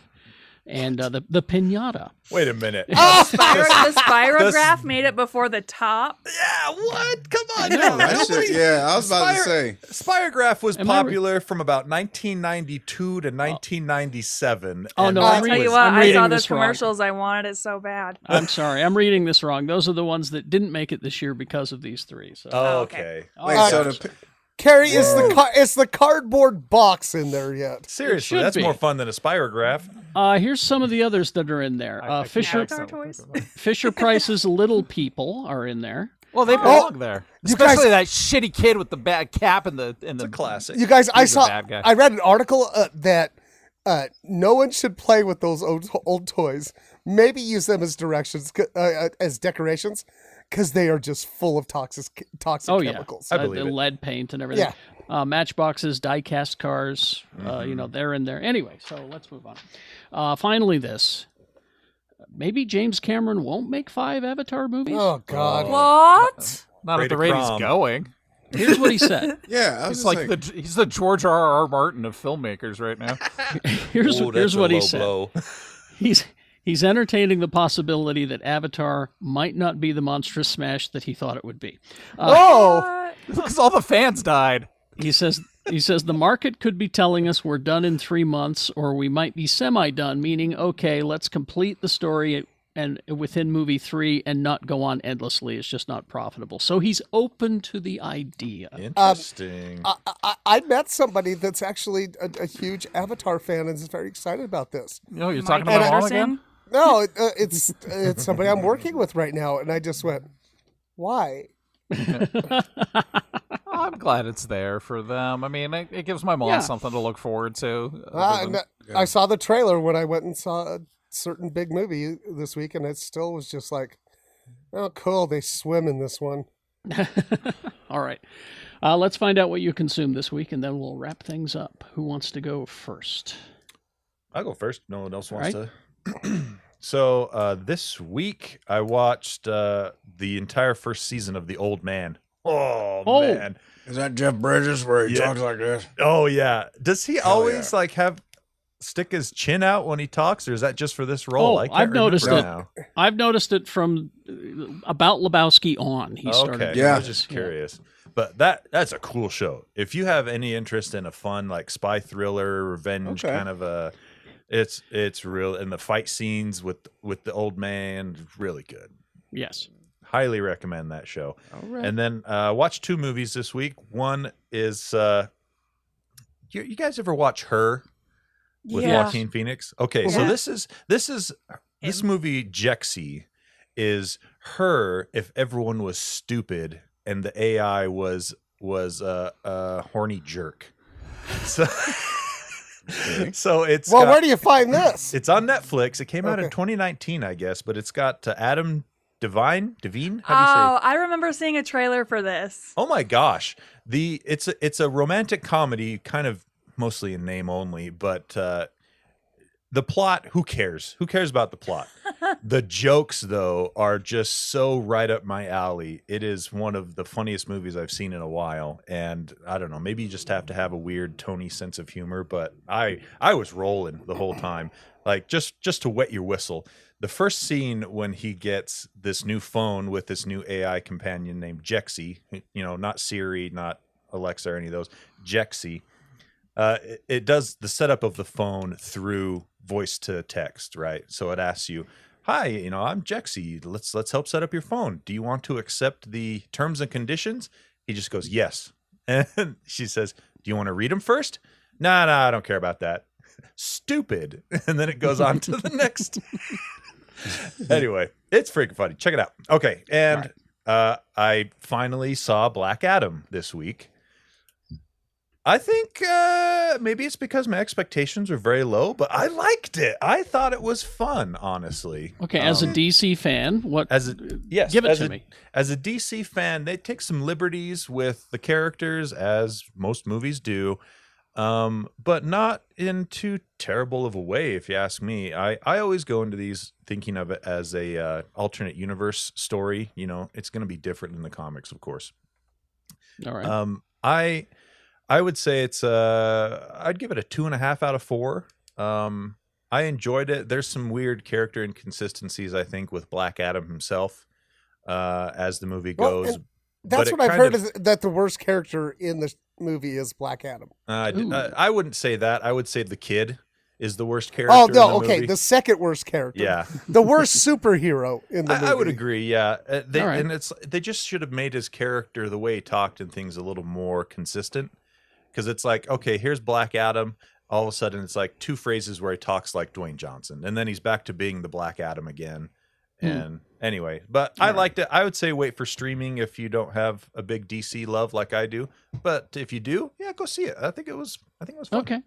Speaker 2: and uh, the, the Pinata.
Speaker 6: Wait a minute.
Speaker 8: Spyro, the Spirograph made it before the top.
Speaker 6: Yeah, what? Come on.
Speaker 9: Yeah,
Speaker 6: now.
Speaker 9: that shit- yeah, I was about to
Speaker 6: Spire-
Speaker 9: say.
Speaker 6: Spirograph was
Speaker 2: Am I re-
Speaker 6: popular from about 1992 to 1997.
Speaker 2: Oh,
Speaker 6: and
Speaker 2: no,
Speaker 6: it
Speaker 2: I'm
Speaker 8: Tell
Speaker 2: reading-
Speaker 8: you
Speaker 6: was-
Speaker 8: what,
Speaker 2: I'm
Speaker 8: I
Speaker 2: reading
Speaker 8: saw
Speaker 2: this
Speaker 8: those
Speaker 2: wrong.
Speaker 8: commercials. I wanted it so bad.
Speaker 2: I'm sorry, I'm reading this wrong. Those are the ones that didn't make it this year because of these three. So.
Speaker 6: Oh,
Speaker 8: Oh, okay.
Speaker 6: okay.
Speaker 2: All
Speaker 9: Wait,
Speaker 2: right.
Speaker 9: so the,
Speaker 7: Carrie, is the car- is the cardboard box in there yet?
Speaker 6: Seriously,
Speaker 2: should
Speaker 6: that's
Speaker 2: be.
Speaker 6: more fun than a Spirograph.
Speaker 2: uh, here's some of the others that are in there. Uh, Fisher
Speaker 8: Avatar toys.
Speaker 2: Fisher Price's Little People are in there.
Speaker 5: Well, they belong there, especially that shitty kid with the bad cap and the and the
Speaker 6: It's a classic.
Speaker 7: You guys, I
Speaker 5: He's a
Speaker 7: saw.
Speaker 5: bad guy.
Speaker 7: I read an article uh, that uh, no one should play with those old, old toys. Maybe use them as directions, c- uh, uh, as decorations, because they are just full of toxic toxic
Speaker 2: Oh, yeah.
Speaker 7: chemicals.
Speaker 6: I
Speaker 2: Uh,
Speaker 6: believe
Speaker 2: the
Speaker 6: it.
Speaker 2: lead paint and everything. Uh, matchboxes, die-cast cars, uh,
Speaker 6: Mm-hmm.
Speaker 2: you know, they're in there. Anyway, so let's move on. Uh, finally, this. Maybe James Cameron won't make five Avatar movies?
Speaker 7: Oh God!
Speaker 8: What?
Speaker 5: not at
Speaker 6: Rita
Speaker 5: the rate he's
Speaker 6: Krom.
Speaker 5: going.
Speaker 2: Here's what he said.
Speaker 9: yeah, I was
Speaker 5: He's
Speaker 9: just
Speaker 5: like,
Speaker 9: like,
Speaker 5: the he's the George R. R. Martin of filmmakers right now.
Speaker 2: Here's,
Speaker 6: Ooh, that's
Speaker 2: here's
Speaker 6: a
Speaker 2: what he
Speaker 6: low
Speaker 2: said. Um,
Speaker 6: blow.
Speaker 2: He's, he's entertaining the possibility that Avatar might not be the monstrous smash that he thought it would be.
Speaker 5: oh, because all the fans died.
Speaker 2: He says he says the market could be telling us we're done in three months, or we might be semi-done, meaning okay, let's complete the story and within movie three and not go on endlessly. It's just not profitable. So he's open to the idea.
Speaker 6: Interesting.
Speaker 7: I, I, I met somebody that's actually a, a huge Avatar fan and is very excited about this.
Speaker 5: You know, you're
Speaker 8: Mike
Speaker 5: talking about all again.
Speaker 8: Anderson?
Speaker 7: No, it, uh, it's it's somebody I'm working with right now, and I just went, why?
Speaker 5: Oh, I'm glad it's there for them. I mean, it, it gives my mom
Speaker 2: Yeah.
Speaker 5: something to look forward to. other
Speaker 7: Ah,
Speaker 5: than-
Speaker 7: no, I saw the trailer when I went and saw a certain big movie this week, and it still was just like, oh, cool, they swim in this one.
Speaker 2: All right, uh, let's find out what you consume this week, and then we'll wrap things up. Who wants to go first?
Speaker 6: I'll go first. No one else wants
Speaker 2: Right.
Speaker 6: to. so uh, this week I watched uh, the entire first season of The Old Man. Oh,
Speaker 2: Oh.
Speaker 6: man.
Speaker 9: is that Jeff Bridges where he
Speaker 6: Yeah.
Speaker 9: talks like this?
Speaker 6: Oh yeah. Does he
Speaker 9: Hell
Speaker 6: always like have stick his chin out when he talks, or is that just for this role?
Speaker 2: Oh,
Speaker 6: I can't
Speaker 2: I've noticed
Speaker 6: remember
Speaker 2: it.
Speaker 6: now.
Speaker 2: I've noticed it from uh, about Lebowski on. He started.
Speaker 6: okay.
Speaker 2: doing
Speaker 9: Yeah.
Speaker 6: I was
Speaker 2: this.
Speaker 6: just curious. But that that's a cool show. If you have any interest in a fun like spy thriller, revenge
Speaker 9: Okay.
Speaker 6: kind of a, it's it's real. And the fight scenes with with the old man, really good.
Speaker 2: Yes.
Speaker 6: Highly recommend that show.
Speaker 2: All right.
Speaker 6: And then uh, watch two movies this week. One is uh, you, you guys ever watch Her with
Speaker 8: Yeah.
Speaker 6: Joaquin Phoenix? Okay, so
Speaker 8: Yeah.
Speaker 6: this is this is this movie Jexy is her if everyone was stupid and the AI was was a, a horny jerk. So, so it's
Speaker 7: Well,
Speaker 6: got-
Speaker 7: where do you find this?
Speaker 6: it's on Netflix. It came out in
Speaker 7: Okay.
Speaker 6: 2019, I guess, but it's got uh, Adam Devine. Devine? How do you say?
Speaker 8: Oh, I remember seeing a trailer for this.
Speaker 6: Oh my gosh. The it's a, it's a romantic comedy kind of mostly in name only, but uh the plot, who cares? Who cares about the plot? the jokes though are just so right up my alley. It is one of the funniest movies I've seen in a while and I don't know, maybe you just have to have a weird Tony sense of humor, but I I was rolling the whole time. Like just just to wet your whistle. The first scene when he gets this new phone with this new AI companion named Jexy, you know, not Siri, not Alexa or any of those, Jexy. Uh, it, it does the setup of the phone through voice to text, right? So it asks you, "Hi, you know, I'm Jexy. Let's let's help set up your phone. Do you want to accept the terms and conditions?" He just goes, "Yes." And she says, "Do you want to read them first? Nah, nah, I don't care about that. Stupid. And then it goes on to the next anyway, it's freaking funny. Check it out. Okay, and uh, I finally saw Black Adam this week. I think uh, maybe it's because my expectations were very low, but I liked it. I thought it was fun, honestly.
Speaker 2: Okay, as a
Speaker 6: Um,
Speaker 2: DC fan, what
Speaker 6: as a yes,
Speaker 2: give it
Speaker 6: as
Speaker 2: to
Speaker 6: a-
Speaker 2: me.
Speaker 6: As a DC fan, they take some liberties with the characters, as most movies do, um, but not in too terrible of a way, if you ask me. I, I always go into these thinking of it as a uh, alternate universe story. You know, it's going to be different than the comics, of course.
Speaker 2: All right.
Speaker 6: Um, I I would say it's uh I'd give it a two and a half out of four. Um, I enjoyed it. There's some weird character inconsistencies I think with Black Adam himself uh, as the movie
Speaker 7: Well,
Speaker 6: goes.
Speaker 7: and That's
Speaker 6: it
Speaker 7: what I've
Speaker 6: kind
Speaker 7: heard
Speaker 6: of-
Speaker 7: is that the worst character in the movie is Black Adam.
Speaker 6: Uh, I d-
Speaker 2: Ooh.
Speaker 6: uh, I wouldn't say that. I would say the kid is the worst character.
Speaker 7: Oh
Speaker 6: in
Speaker 7: no,
Speaker 6: the
Speaker 7: okay,
Speaker 6: movie.
Speaker 7: the second worst character.
Speaker 6: yeah,
Speaker 7: The worst superhero in the movie.
Speaker 6: I, I would agree. Yeah, uh, they,
Speaker 2: All right.
Speaker 6: and it's they just should have made his character the way he talked and things a little more consistent. Because it's like, okay, here's Black Adam. All of a sudden, it's like two phrases where he talks like Dwayne Johnson, and then he's back to being the Black Adam again.
Speaker 2: Hmm.
Speaker 6: And anyway, but I
Speaker 2: All right.
Speaker 6: liked it. I would say wait for streaming if you don't have a big DC love like I do. But if you do, yeah, go see it. I think it was. I think it was fun.
Speaker 2: okay.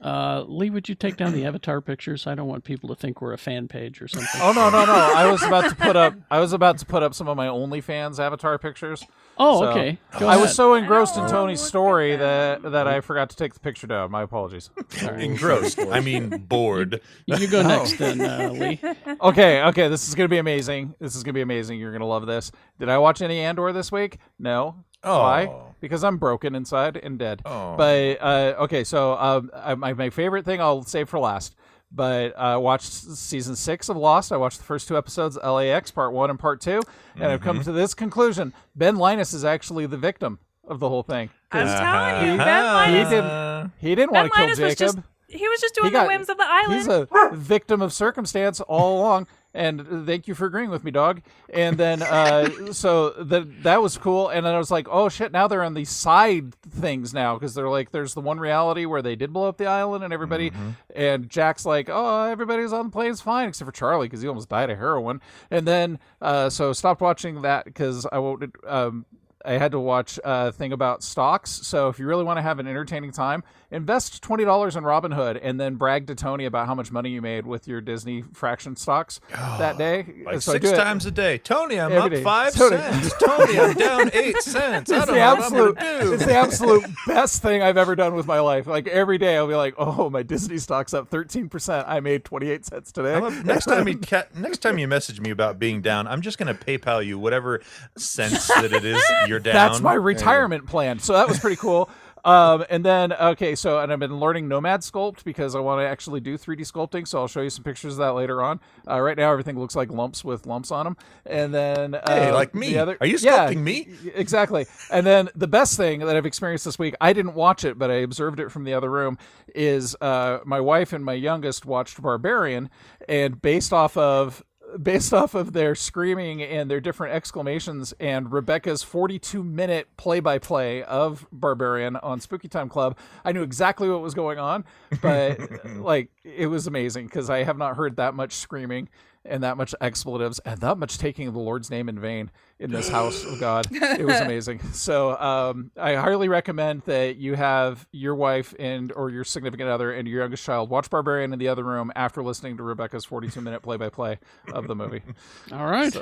Speaker 2: Uh, Lee, would you take down the avatar pictures? I don't want people to think we're a fan page or something.
Speaker 4: Oh no no no! I was about to put up. I was about to put up some of my OnlyFans avatar pictures.
Speaker 2: Oh,
Speaker 4: So, uh,
Speaker 2: okay. Go
Speaker 4: I was
Speaker 2: ahead.
Speaker 4: so engrossed in
Speaker 8: Oh,
Speaker 4: Tony's
Speaker 8: look at
Speaker 4: story
Speaker 8: that.
Speaker 4: that that I forgot to take the picture down. My apologies.
Speaker 2: All right.
Speaker 6: Engrossed. I mean, bored.
Speaker 2: You go next then, uh, Lee.
Speaker 4: Okay, okay, this is gonna be amazing. This is gonna be amazing. You're gonna love this. Did I watch any Andor this week? No.
Speaker 6: Oh.
Speaker 4: Why? Because I'm broken inside and dead.
Speaker 6: Oh.
Speaker 4: But uh, okay, so um, I, my my favorite thing I'll save for last. But uh, I watched season six of Lost. I watched the first two episodes, LAX Part One and Part Two, and I've come
Speaker 6: Mm-hmm.
Speaker 4: to this conclusion: Ben Linus is actually the victim of the whole thing.
Speaker 8: I'm telling you, Ben
Speaker 6: Uh-huh.
Speaker 8: Linus,
Speaker 4: did- He didn't
Speaker 8: ben
Speaker 4: want to kill
Speaker 8: Linus
Speaker 4: Jacob.
Speaker 8: was just he was just doing
Speaker 4: He got-
Speaker 8: the whims of the island.
Speaker 4: He's a victim of circumstance all along. And uh, thank you for agreeing with me, dog. And then, uh, so that that was cool. And then I was like, oh shit! Now they're on these side things now because they're like, there's the one reality where they did blow up the island and everybody. And Jack's like, oh, everybody's on the plane's fine except for Charlie because he almost died of heroin. And then, uh, so stopped watching that because I won't. Um, I had to watch a thing about stocks. So if you really want to have an entertaining time, invest twenty dollars in Robinhood and then brag to Tony about how much money you made with your Disney fraction stocks that day.
Speaker 6: Oh, Like
Speaker 4: So I
Speaker 6: six
Speaker 4: do it.
Speaker 6: times a day. Tony, I'm
Speaker 4: Every
Speaker 6: up
Speaker 4: day.
Speaker 6: five
Speaker 4: Tony.
Speaker 6: cents. Tony, I'm down eight cents. I
Speaker 4: It's
Speaker 6: don't
Speaker 4: the
Speaker 6: know
Speaker 4: absolute,
Speaker 6: what I'm gonna
Speaker 4: it's
Speaker 6: do.
Speaker 4: the absolute best thing I've ever done with my life. Like every day, I'll be like, "Oh, my Disney stock's up thirteen percent. I made twenty-eight cents today."
Speaker 6: I'm up- next time you ca- next time you message me about being down, I'm just gonna PayPal you whatever sense that it is you're down.
Speaker 4: That's my retirement plan. So that was pretty cool. Um, and then okay, so and I've been learning Nomad Sculpt because I want to actually do 3D sculpting. So I'll show you some pictures of that later on. Uh, right now, everything looks like lumps with lumps on them. And then
Speaker 6: Hey,
Speaker 4: uh,
Speaker 6: like me.
Speaker 4: the other-
Speaker 6: Are you
Speaker 4: Yeah,
Speaker 6: sculpting me?
Speaker 4: y- Exactly. And then the best thing that I've experienced this week, I didn't watch it, but I observed it from the other room, is uh, my wife and my youngest watched Barbarian, and based off of based off of their screaming and their different exclamations and Rebecca's 42 minute play by play of Barbarian on Spooky Time Club, I knew exactly what was going on, but like it was amazing because I have not heard that much screaming
Speaker 5: and that much expletives and that much taking of the Lord's name in vain in this house of God. It was amazing. So um, I highly recommend that you have your wife and or your significant other and your youngest child watch Barbarian in the other room after listening to Rebecca's 42 minute play by play of the movie.
Speaker 2: All right.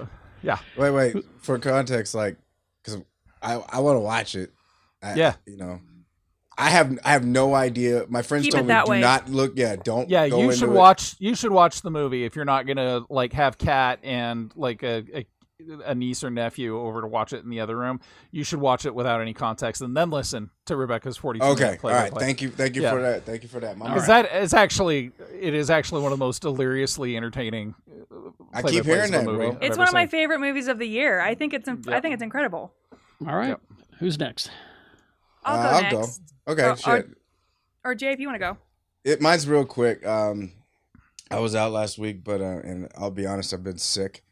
Speaker 5: Yeah.
Speaker 9: Wait, wait. For context, like, because I I want to watch it. I,
Speaker 5: Yeah.
Speaker 9: You know, I have I have no idea. My friends
Speaker 8: Keep it
Speaker 9: told me
Speaker 8: that
Speaker 9: do
Speaker 8: way."
Speaker 9: not look. Yeah, don't.
Speaker 5: Yeah,
Speaker 9: go
Speaker 5: you
Speaker 9: into
Speaker 5: should
Speaker 9: it."
Speaker 5: watch. You should watch the movie if you're not gonna like have Kat and like a, a a niece or nephew over to watch it in the other room. You should watch it without any context and then listen to Rebecca's forty.
Speaker 9: Okay. All right. Thank you. Thank you
Speaker 5: Yeah.
Speaker 9: for that. Thank you for that. My
Speaker 5: Is
Speaker 9: bad.
Speaker 5: that is actually it is actually one of the most deliriously entertaining.
Speaker 9: I
Speaker 5: play-by-plays
Speaker 9: keep hearing
Speaker 5: of a
Speaker 9: that,
Speaker 5: movie
Speaker 9: bro.
Speaker 5: I've
Speaker 8: It's
Speaker 5: ever
Speaker 8: one of my
Speaker 5: seen.
Speaker 8: favorite movies of the year. I think it's inc- I think it's incredible.
Speaker 2: All right. Who's next?
Speaker 8: I'll
Speaker 9: Uh,
Speaker 8: go
Speaker 9: I'll go.
Speaker 8: next.
Speaker 9: Okay.
Speaker 8: Or-
Speaker 9: shit.
Speaker 8: Or Jay, if you want to go.
Speaker 9: it mine's real quick. Um, I was out last week, but uh, and I'll be honest, I've been sick.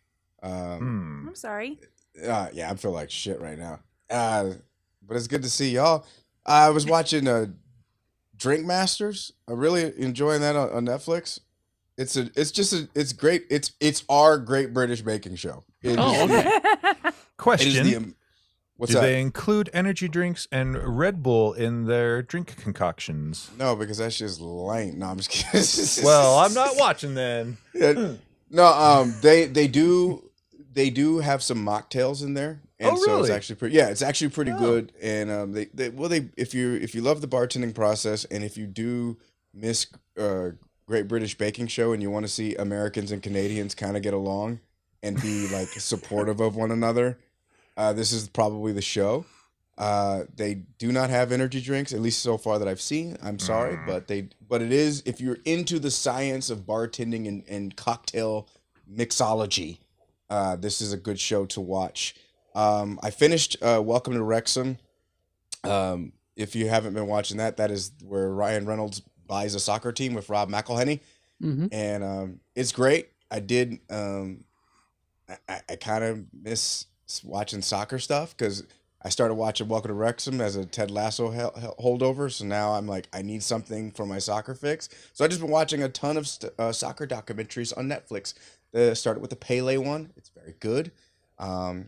Speaker 9: Um,
Speaker 6: Hmm.
Speaker 8: I'm sorry.
Speaker 9: uh, yeah, I feel like shit right now. Uh, but it's good to see y'all. I was watching uh, Drink Masters. I'm really enjoying that on, on Netflix. It's a, it's just a, it's great. It's it's our great British baking show. It is-
Speaker 2: Oh, okay.
Speaker 9: it is
Speaker 6: Question:
Speaker 9: the am- what's
Speaker 6: Do
Speaker 9: that?
Speaker 6: they include energy drinks and Red Bull in their drink concoctions?
Speaker 9: No, because that's just lame. No, I'm just kidding.
Speaker 6: Well, I'm not watching then.
Speaker 9: Yeah. no, um, they they do they do have some mocktails in there, and
Speaker 6: Oh,
Speaker 9: so it's
Speaker 6: really?
Speaker 9: actually pretty. Yeah, it's actually pretty
Speaker 6: Oh.
Speaker 9: good. And um, they, they well they if you if you love the bartending process, and if you do miss uh, Great British Baking Show, and you want to see Americans and Canadians kind of get along and be like supportive of one another, uh, this is probably the show. Uh, they do not have energy drinks, at least so far that I've seen. I'm sorry, but they but it is if you're into the science of bartending and, and cocktail mixology, uh, this is a good show to watch. Um, I finished uh, Welcome to Wrexham. Um, if you haven't been watching that, that is where Ryan Reynolds buys a soccer team with Rob McElhenney
Speaker 2: Mm-hmm.
Speaker 9: and um, it's great. I did. Um, I- I, I kind of miss s- watching soccer stuff because I started watching Welcome to Wrexham as a Ted Lasso hel- hel- holdover. So now I'm like, I need something for my soccer fix. So I've just been watching a ton of st- uh, soccer documentaries on Netflix. The started with the Pele one. It's very good. Um,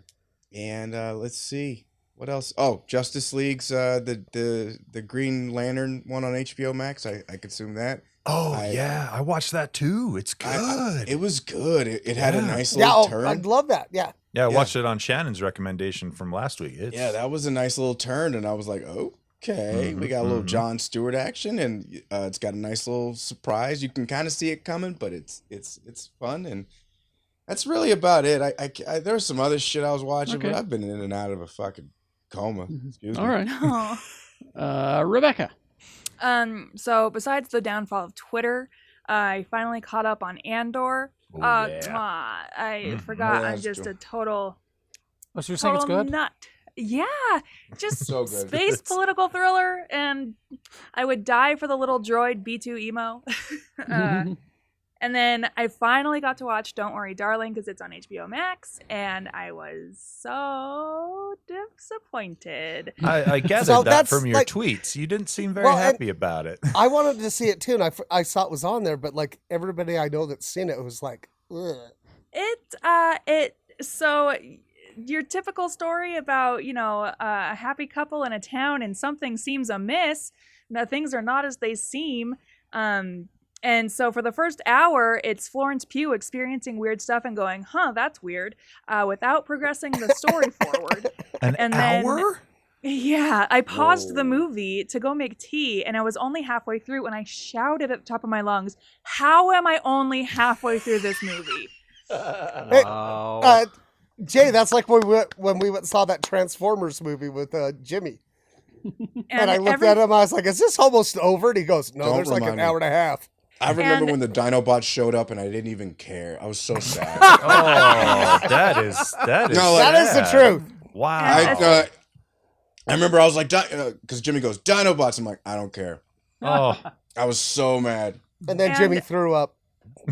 Speaker 9: and uh, let's see what else. Oh, Justice League's uh, the the the Green Lantern one on HBO Max. I, I consume that.
Speaker 6: Oh
Speaker 9: I-
Speaker 6: yeah, I watched that too. It's good.
Speaker 9: I- I- it was good. It, it had a
Speaker 6: Yeah.
Speaker 9: nice
Speaker 7: Yeah,
Speaker 9: little
Speaker 7: oh,
Speaker 9: turn.
Speaker 7: I'd love that. Yeah.
Speaker 6: yeah, I
Speaker 9: yeah.
Speaker 6: watched it on Shannon's recommendation from last week. It's,
Speaker 9: yeah, that was a nice little turn, and I was like, okay, we
Speaker 6: Mhm,
Speaker 9: got a little
Speaker 6: mhm.
Speaker 9: John Stewart action, and uh, it's got a nice little surprise. You can kind of see it coming, but it's it's it's fun, and that's really about it. I, I, ca- I- there was some other shit I was watching, but
Speaker 2: Okay.
Speaker 9: I've been in and out of a fucking coma.
Speaker 2: Mhm.
Speaker 9: Excuse
Speaker 2: All
Speaker 9: me.
Speaker 2: right.
Speaker 8: Oh.
Speaker 2: Uh, Rebecca.
Speaker 8: Um, so besides the downfall of Twitter, I finally caught up on Andor.
Speaker 6: oh,
Speaker 8: uh,
Speaker 6: yeah.
Speaker 8: mwah, I
Speaker 6: Mhm.
Speaker 8: forgot.
Speaker 9: Yeah,
Speaker 8: I'm
Speaker 9: it's
Speaker 8: just
Speaker 9: good.
Speaker 8: a total,
Speaker 5: Oh, so you're saying it's
Speaker 8: total
Speaker 5: good?
Speaker 8: nut. Yeah, just
Speaker 9: So good.
Speaker 8: space political thriller, and I would die for the little droid B2 emo.
Speaker 5: Mm-hmm.
Speaker 8: uh,
Speaker 2: Mm-hmm.
Speaker 8: and then I finally got to watch Don't Worry, Darling, because it's on HBO Max, and I was so disappointed.
Speaker 6: I, I gathered
Speaker 7: So
Speaker 6: that
Speaker 7: that's
Speaker 6: from your
Speaker 7: like-
Speaker 6: tweets. You didn't seem very
Speaker 7: Well, and-
Speaker 6: happy about it.
Speaker 7: I wanted to see it too, and I, f- I saw it was on there, but like everybody I know that's seen it was like, Ugh.
Speaker 8: It uh it so your typical story about, you know, a happy couple in a town and something seems amiss, no things are not as they seem. Um and so for the first hour, it's Florence Pugh experiencing weird stuff and going, "Huh, that's weird," uh, without progressing the story forward.
Speaker 6: An
Speaker 8: And then-
Speaker 6: hour?
Speaker 8: Yeah, I paused
Speaker 9: Whoa.
Speaker 8: the movie to go make tea, and I was only halfway through, and I shouted at the top of my lungs, "How am I only halfway through this movie?"
Speaker 5: Wow.
Speaker 7: uh, Jay, that's like when we went, when we went and saw that Transformers movie with uh, Jimmy, and, I looked
Speaker 8: every-
Speaker 7: at him, I was like, is this almost over? And he goes, no,
Speaker 9: Don't
Speaker 7: there's like an
Speaker 9: remind me.
Speaker 7: hour and a half.
Speaker 9: I remember
Speaker 8: And-
Speaker 9: when the Dinobots showed up, and I didn't even care. I was so sad.
Speaker 6: Oh, that is that is
Speaker 9: No, Oh,
Speaker 7: That is
Speaker 6: sad.
Speaker 7: the truth.
Speaker 6: Wow.
Speaker 9: I, uh, I remember I was like, because Jimmy goes Dinobots. I'm like, I don't care.
Speaker 6: oh,
Speaker 9: I was so mad.
Speaker 7: And then
Speaker 8: And-
Speaker 7: Jimmy threw up.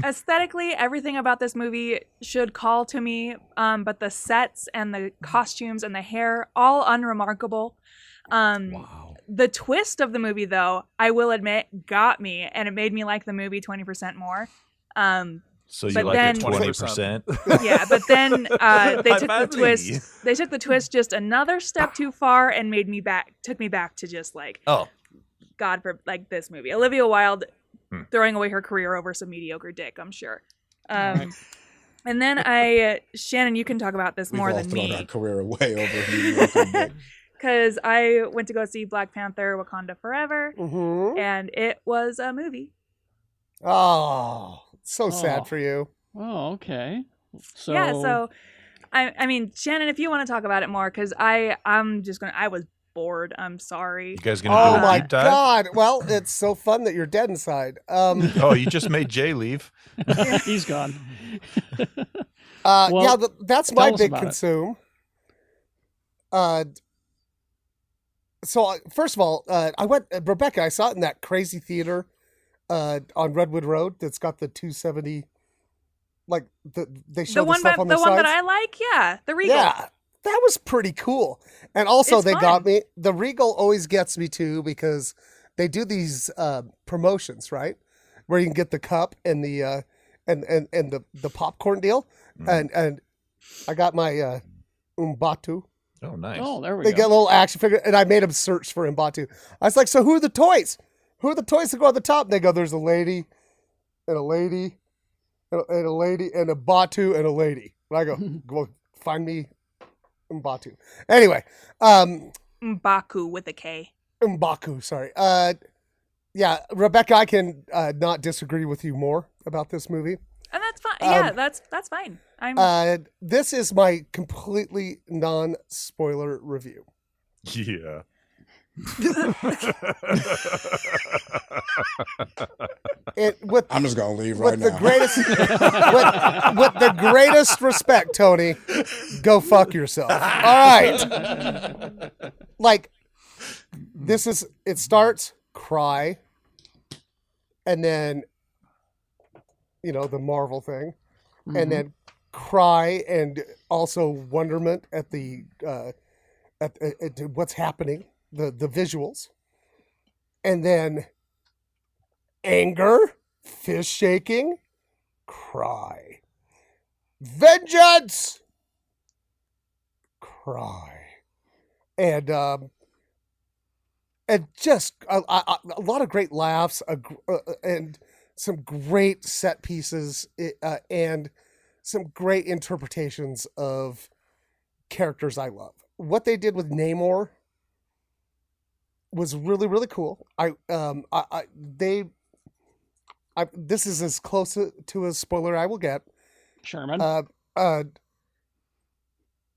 Speaker 8: aesthetically everything about this movie should call to me um, but the sets and the costumes and the hair all unremarkable um,
Speaker 5: wow.
Speaker 8: the twist of the movie though i will admit got me and it made me like the movie 20% more um,
Speaker 6: So you
Speaker 8: But
Speaker 6: like
Speaker 8: then-
Speaker 6: your twenty percent?
Speaker 8: yeah, but then uh, they
Speaker 6: My
Speaker 8: took the
Speaker 6: family.
Speaker 8: twist. They took the twist just another step too far and made me back. Took me back to just like
Speaker 6: Oh,
Speaker 8: God for like this movie. Olivia Wilde
Speaker 6: Hmm.
Speaker 8: throwing away her career over some mediocre dick. I'm sure. Um, and then I, Shannon, you can talk about this
Speaker 9: We've
Speaker 8: more
Speaker 9: all
Speaker 8: than
Speaker 9: thrown our
Speaker 8: me
Speaker 9: career away over mediocre dick.
Speaker 8: because I went to go see Black Panther: Wakanda Forever,
Speaker 7: Mm-hmm.
Speaker 8: and it was a movie.
Speaker 7: Oh, so
Speaker 2: Oh.
Speaker 7: sad for you.
Speaker 2: Oh, okay. So,
Speaker 8: yeah so I, I mean shannon if you want to talk about it more because i i'm just gonna i was bored i'm sorry
Speaker 6: you guys gonna
Speaker 7: Oh
Speaker 6: do a
Speaker 7: my
Speaker 6: deep dive?
Speaker 7: god! Well, it's so fun that you're dead inside. Um,
Speaker 6: Oh, you just made Jay leave.
Speaker 2: he's gone.
Speaker 7: uh,
Speaker 2: Well,
Speaker 7: yeah, th- that's my
Speaker 2: tell us
Speaker 7: big
Speaker 2: about it.
Speaker 7: consume. Uh, so uh, first of all, uh, I went uh, Rebecca. I saw it in that crazy theater uh, on Redwood Road that's got the 270, like the they show
Speaker 8: the
Speaker 7: the,
Speaker 8: one
Speaker 7: stuff
Speaker 8: by,
Speaker 7: on
Speaker 8: the,
Speaker 7: the,
Speaker 8: one that
Speaker 7: sides.
Speaker 8: i like yeah the regal
Speaker 7: Yeah, that was pretty cool. And also,
Speaker 8: It's
Speaker 7: they
Speaker 8: fun.
Speaker 7: got me. The Regal always gets me too because they do these uh, promotions, right? Where you can get the cup and the uh, and and and the the popcorn deal. And and I got my uh, Umbatu.
Speaker 6: Oh, nice.
Speaker 2: Oh, there we
Speaker 7: They get a
Speaker 2: go.
Speaker 7: little action figure, and I made them search for Umbatu. I was like, "So who are the toys? Who are the toys that go on the top?" And they go, "There's a lady, and a lady, and a, and a lady, and a Batu, and a lady." And I go, "Go find me Umbatu." Anyway, um,
Speaker 8: mbaku with a k
Speaker 7: Umbaku. Sorry. Uh, yeah, Rebecca, I can uh, not disagree with you more about this movie.
Speaker 8: and that's fine
Speaker 7: Um,
Speaker 8: yeah that's that's fine i'm
Speaker 7: Uh, this is my completely non-spoiler review.
Speaker 6: Yeah.
Speaker 7: It with
Speaker 9: I'm just gonna leave right
Speaker 7: with the
Speaker 9: now.
Speaker 7: greatest with, with the greatest respect, Tony, go fuck yourself. All right. Like this is it starts cry and then you know the Marvel thing
Speaker 2: Mm-hmm.
Speaker 7: and then cry and also wonderment at the uh at, at, at what's happening, the the visuals. And then anger, fist shaking, cry. Vengeance! Cry. And, um, and just a, a, a- a lot of great laughs a, gr- uh, uh, and some great set pieces i- uh, and some great interpretations of characters I love. What they did with Namor was really, really cool. I, um, I, I they I, this is as close a- to a spoiler I will get.
Speaker 2: Sherman.
Speaker 7: Uh, uh,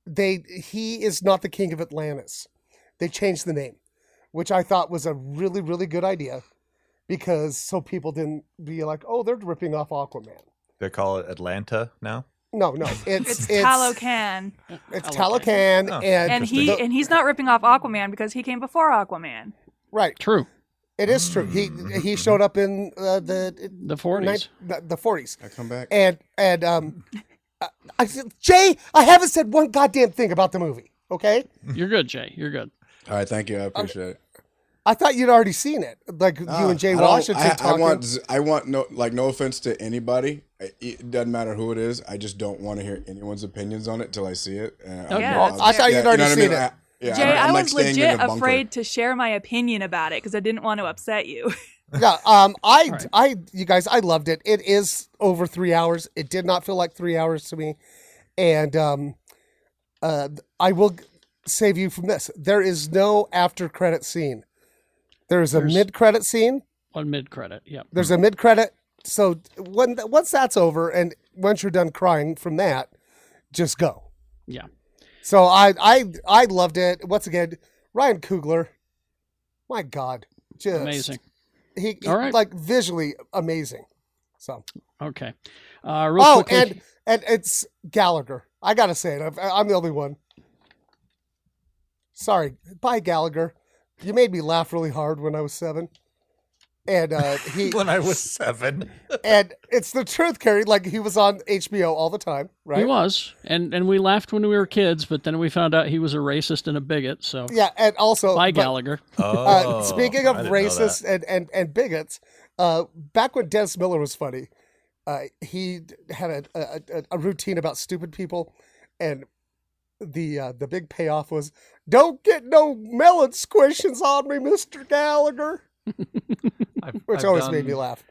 Speaker 7: they he is not the king of Atlantis. They changed the name, which I thought was a really really good idea, because so people didn't be like, oh, they're ripping off Aquaman.
Speaker 6: They call it Atlanta now.
Speaker 7: No, no, it's
Speaker 8: it's
Speaker 7: it's
Speaker 8: Talocan,
Speaker 7: it's
Speaker 2: Talocan.
Speaker 7: Talocan,
Speaker 6: Oh.
Speaker 7: and,
Speaker 8: and he
Speaker 7: the-
Speaker 8: and he's not ripping off Aquaman because he came before Aquaman.
Speaker 7: right.
Speaker 2: True.
Speaker 7: It is true. He he showed up in uh, the
Speaker 2: The 40s.
Speaker 7: the- the forties.
Speaker 9: I come back.
Speaker 7: and and um, I, I said, Jay, I haven't said one goddamn thing about the movie. Okay,
Speaker 2: You're good, Jay. You're good.
Speaker 9: All right, thank you. I appreciate it.
Speaker 7: I thought you'd already seen it, like you
Speaker 9: Nah,
Speaker 7: and Jay
Speaker 9: Uh, I don't-
Speaker 7: Washington
Speaker 9: I, I
Speaker 7: talking.
Speaker 9: want, z- I want no, like, no offense to anybody. I- e, It doesn't matter who it is. I just don't want to hear anyone's opinions on it till I see it. And I'm-
Speaker 8: Yeah,
Speaker 9: I'm-
Speaker 8: that's
Speaker 9: I'm-
Speaker 8: I thought
Speaker 7: you'd already
Speaker 9: what I
Speaker 7: seen
Speaker 9: mean?
Speaker 7: it.
Speaker 9: I- yeah,
Speaker 8: Jay,
Speaker 9: I'm-
Speaker 8: i
Speaker 9: I'm, like,
Speaker 8: was
Speaker 9: staying in
Speaker 8: legit
Speaker 9: a bunker.
Speaker 8: afraid to share my opinion about it because I didn't want to upset you.
Speaker 7: yeah, um, I
Speaker 2: Right.
Speaker 7: I you guys, I loved it. It is over three hours. It did not feel like three hours to me, and um, uh, I will g- save you from this. There is no after credit scene. There is a
Speaker 2: There's- Mm-hmm.
Speaker 7: mid credit scene.
Speaker 2: One mid credit. Yep.
Speaker 7: There's a mid credit. So when once that's over and once you're done crying from that, just go.
Speaker 2: Yeah.
Speaker 7: So I I I loved it. Once again, Ryan Coogler, my God, just
Speaker 2: Amazing.
Speaker 7: He, he-
Speaker 2: All right.
Speaker 7: like visually amazing. So
Speaker 2: Okay. Uh, real
Speaker 7: oh,
Speaker 2: quickly.
Speaker 7: and and it's Gallagher. I gotta say it. I'm, I'm the only one. Sorry, bye Gallagher. You made me laugh really hard when I was seven, and uh, he
Speaker 6: When I was seven.
Speaker 7: and it's the truth, Carrie. Like he was on HBO all the time, right?
Speaker 2: He was, and and we laughed when we were kids, but then we found out he was a racist and a bigot. So
Speaker 7: Yeah, and also
Speaker 2: bye,
Speaker 7: but-
Speaker 2: Gallagher.
Speaker 6: Oh,
Speaker 7: Uh, speaking of
Speaker 6: I didn't know that.
Speaker 7: racists and, and, and bigots, uh, back when Dennis Miller was funny, uh, he d- had a, a a- a routine about stupid people, and the uh, the big payoff was don't get no melon squishes on me, Mister Gallagher,
Speaker 5: I've,
Speaker 7: which
Speaker 5: I've
Speaker 7: always
Speaker 5: done,
Speaker 7: made me laugh.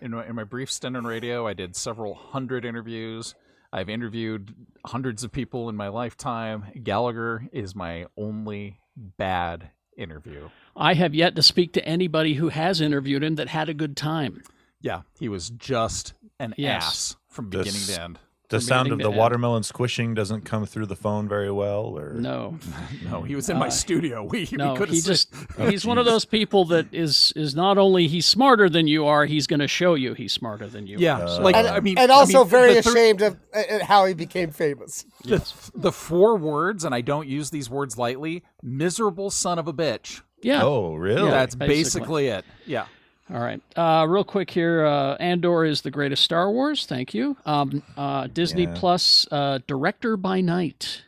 Speaker 5: In my, in my brief stint on radio, I did several hundred interviews. I've interviewed hundreds of people in my lifetime. Gallagher is my only bad interview.
Speaker 2: I have yet to speak to anybody who has interviewed him that had a good time.
Speaker 5: Yeah, he was just an
Speaker 2: Yes.
Speaker 5: ass from
Speaker 6: This-
Speaker 5: beginning to end.
Speaker 6: The sound
Speaker 2: beginning
Speaker 6: of the
Speaker 2: to end.
Speaker 6: watermelon squishing doesn't come through the phone very well, or
Speaker 2: No,
Speaker 5: No, he was in my studio. We, we
Speaker 2: Uh, no,
Speaker 5: could have
Speaker 2: he just
Speaker 7: Oh,
Speaker 2: he's one of those people that is is not only he's smarter than you are, he's going to show you he's smarter than you.
Speaker 5: yeah, like
Speaker 7: Uh, And,
Speaker 5: I mean,
Speaker 7: and
Speaker 5: I
Speaker 7: also
Speaker 5: mean,
Speaker 7: very
Speaker 5: the thir-
Speaker 7: ashamed of uh, uh, how he became famous.
Speaker 5: The, the four words, and I don't use these words lightly. Miserable son of a bitch.
Speaker 2: yeah.
Speaker 6: oh, really?
Speaker 5: That's
Speaker 2: basically.
Speaker 5: basically it. Yeah.
Speaker 2: All right. Uh, real quick here uh, Andor is the greatest Star Wars. Thank you. Um, uh, Disney Plus uh, Director by Night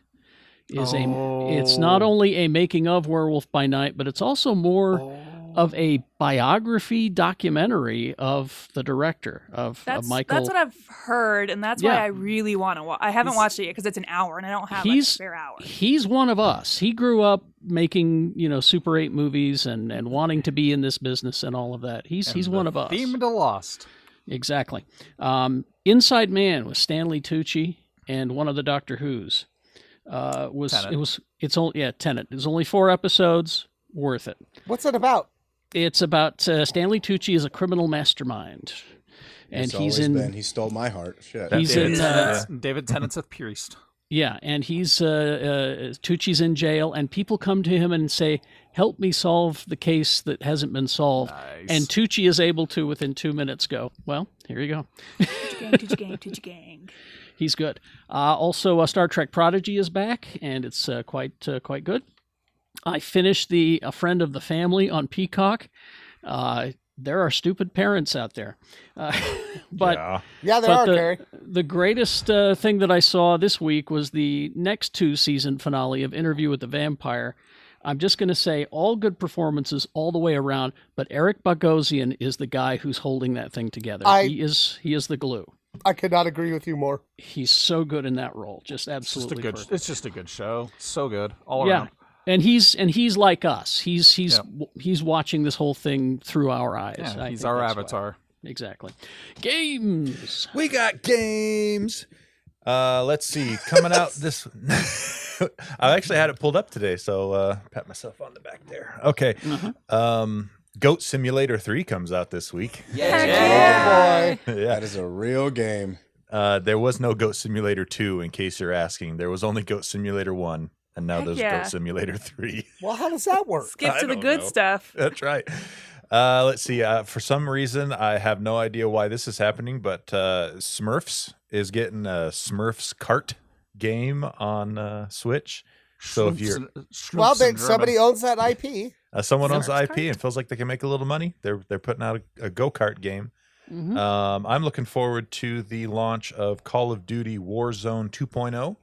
Speaker 2: is a. It's not only a making of Werewolf by Night, but it's also more of a biography documentary of the director of, of
Speaker 8: That's
Speaker 2: Michael.
Speaker 8: that's what I've heard, and that's
Speaker 2: Yeah.
Speaker 8: why I really want to watch. I haven't watched it yet because it's an hour, and I don't have like, a
Speaker 2: He's-
Speaker 8: spare hour.
Speaker 2: He's one of us. He grew up making, you know, Super 8 movies and, and wanting to be in this business and all of that. He's he's one of us.
Speaker 5: Theme to Lost.
Speaker 2: Exactly. Um, Inside Man with Stanley Tucci and one of the Doctor Who's uh, was
Speaker 5: Tenet.
Speaker 2: it was it's only yeah Tenant. It was only four episodes. Worth it.
Speaker 7: What's it about?
Speaker 2: It's about uh, Stanley Tucci is a criminal mastermind, and
Speaker 9: It's
Speaker 2: he's
Speaker 9: always
Speaker 2: in
Speaker 9: been- he stole my heart. Shit.
Speaker 6: That's
Speaker 2: he's
Speaker 6: it.
Speaker 2: in
Speaker 5: David
Speaker 2: uh,
Speaker 5: Tennant's, David Tennant's a priest.
Speaker 2: yeah, and he's uh, uh, Tucci's in jail, and people come to him and say, "Help me solve the case that hasn't been solved." And Tucci is able to within two minutes go, "Well, here you go."
Speaker 8: Tucci gang, Tucci gang, Tucci gang.
Speaker 2: he's good. Uh, also, uh, Star Trek Prodigy is back, and it's uh, quite uh, quite good. I finished the A Friend of the Family on Peacock. Uh, there are stupid parents out there, uh, but
Speaker 6: yeah.
Speaker 7: Yeah, there
Speaker 2: But
Speaker 7: are
Speaker 2: the-
Speaker 7: Gary.
Speaker 2: the greatest uh, thing that I saw this week was the next two season finale of Interview with the Vampire. I'm just going to say all good performances all the way around, but Eric Bogosian is the guy who's holding that thing together.
Speaker 7: I-
Speaker 2: he is he is the glue.
Speaker 7: I could not agree with you more.
Speaker 2: He's so good in that role, just
Speaker 5: It's just a
Speaker 2: absolutely
Speaker 5: good.
Speaker 2: perfect.
Speaker 5: It's just a good show. So good all
Speaker 2: yeah.
Speaker 5: around.
Speaker 2: And he's and he's like us. He's he's w he's watching this whole thing through our eyes. I
Speaker 5: Yeah, he's
Speaker 2: think
Speaker 5: our
Speaker 2: that's why.
Speaker 5: avatar.
Speaker 2: Exactly. Games.
Speaker 6: We got games. Uh, let's see. Coming out this. I actually had it pulled up today, so uh, pat myself on the back there. Okay.
Speaker 8: Uh-huh.
Speaker 6: Um, Goat Simulator 3 comes out this week.
Speaker 7: Oh boy.
Speaker 6: yeah.
Speaker 9: That is a real game.
Speaker 6: Uh, there was no Goat Simulator 2, in case you're asking. There was only Goat Simulator 1, and now
Speaker 8: Heck
Speaker 6: there's
Speaker 8: yeah.
Speaker 6: Goat Simulator 3.
Speaker 7: Well, how does
Speaker 9: Oh,
Speaker 7: that work?
Speaker 8: Skip
Speaker 6: I
Speaker 8: to the
Speaker 6: don't
Speaker 8: good
Speaker 6: know.
Speaker 8: stuff.
Speaker 6: That's right. Uh, let's see. Uh, for some reason, I have no idea why this is happening, but uh, Smurfs is getting a Smurfs cart game on uh, Switch. So if
Speaker 5: Schlumps
Speaker 6: you're
Speaker 5: and- Schlumps
Speaker 7: Well, then
Speaker 5: and
Speaker 7: somebody
Speaker 5: German.
Speaker 7: owns that IP.
Speaker 6: uh, someone owns the
Speaker 8: Smurfs
Speaker 6: IP and feels like they can make a little money, they're they're putting out a, a go kart game.
Speaker 9: Uh,
Speaker 2: Mhm.
Speaker 6: Um, I'm looking forward to the launch of Call of Duty Warzone 2.0.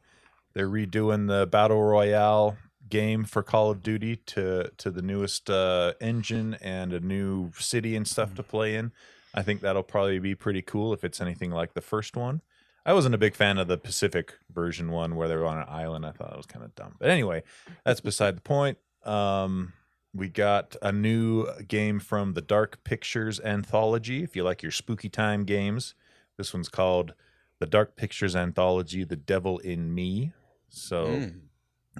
Speaker 6: They're redoing the battle royale game for Call of Duty to to the newest uh, engine and a new city and stuff to play in. I think that'll probably be pretty cool if it's anything like the first one. I wasn't a big fan of the Pacific version one where they were on an island. I thought it was kind of dumb. But anyway, that's beside the point. Um, we got a new game from the Dark Pictures Anthology. If you like your spooky time games, this one's called The Dark Pictures Anthology The Devil in Me. So
Speaker 9: Mm.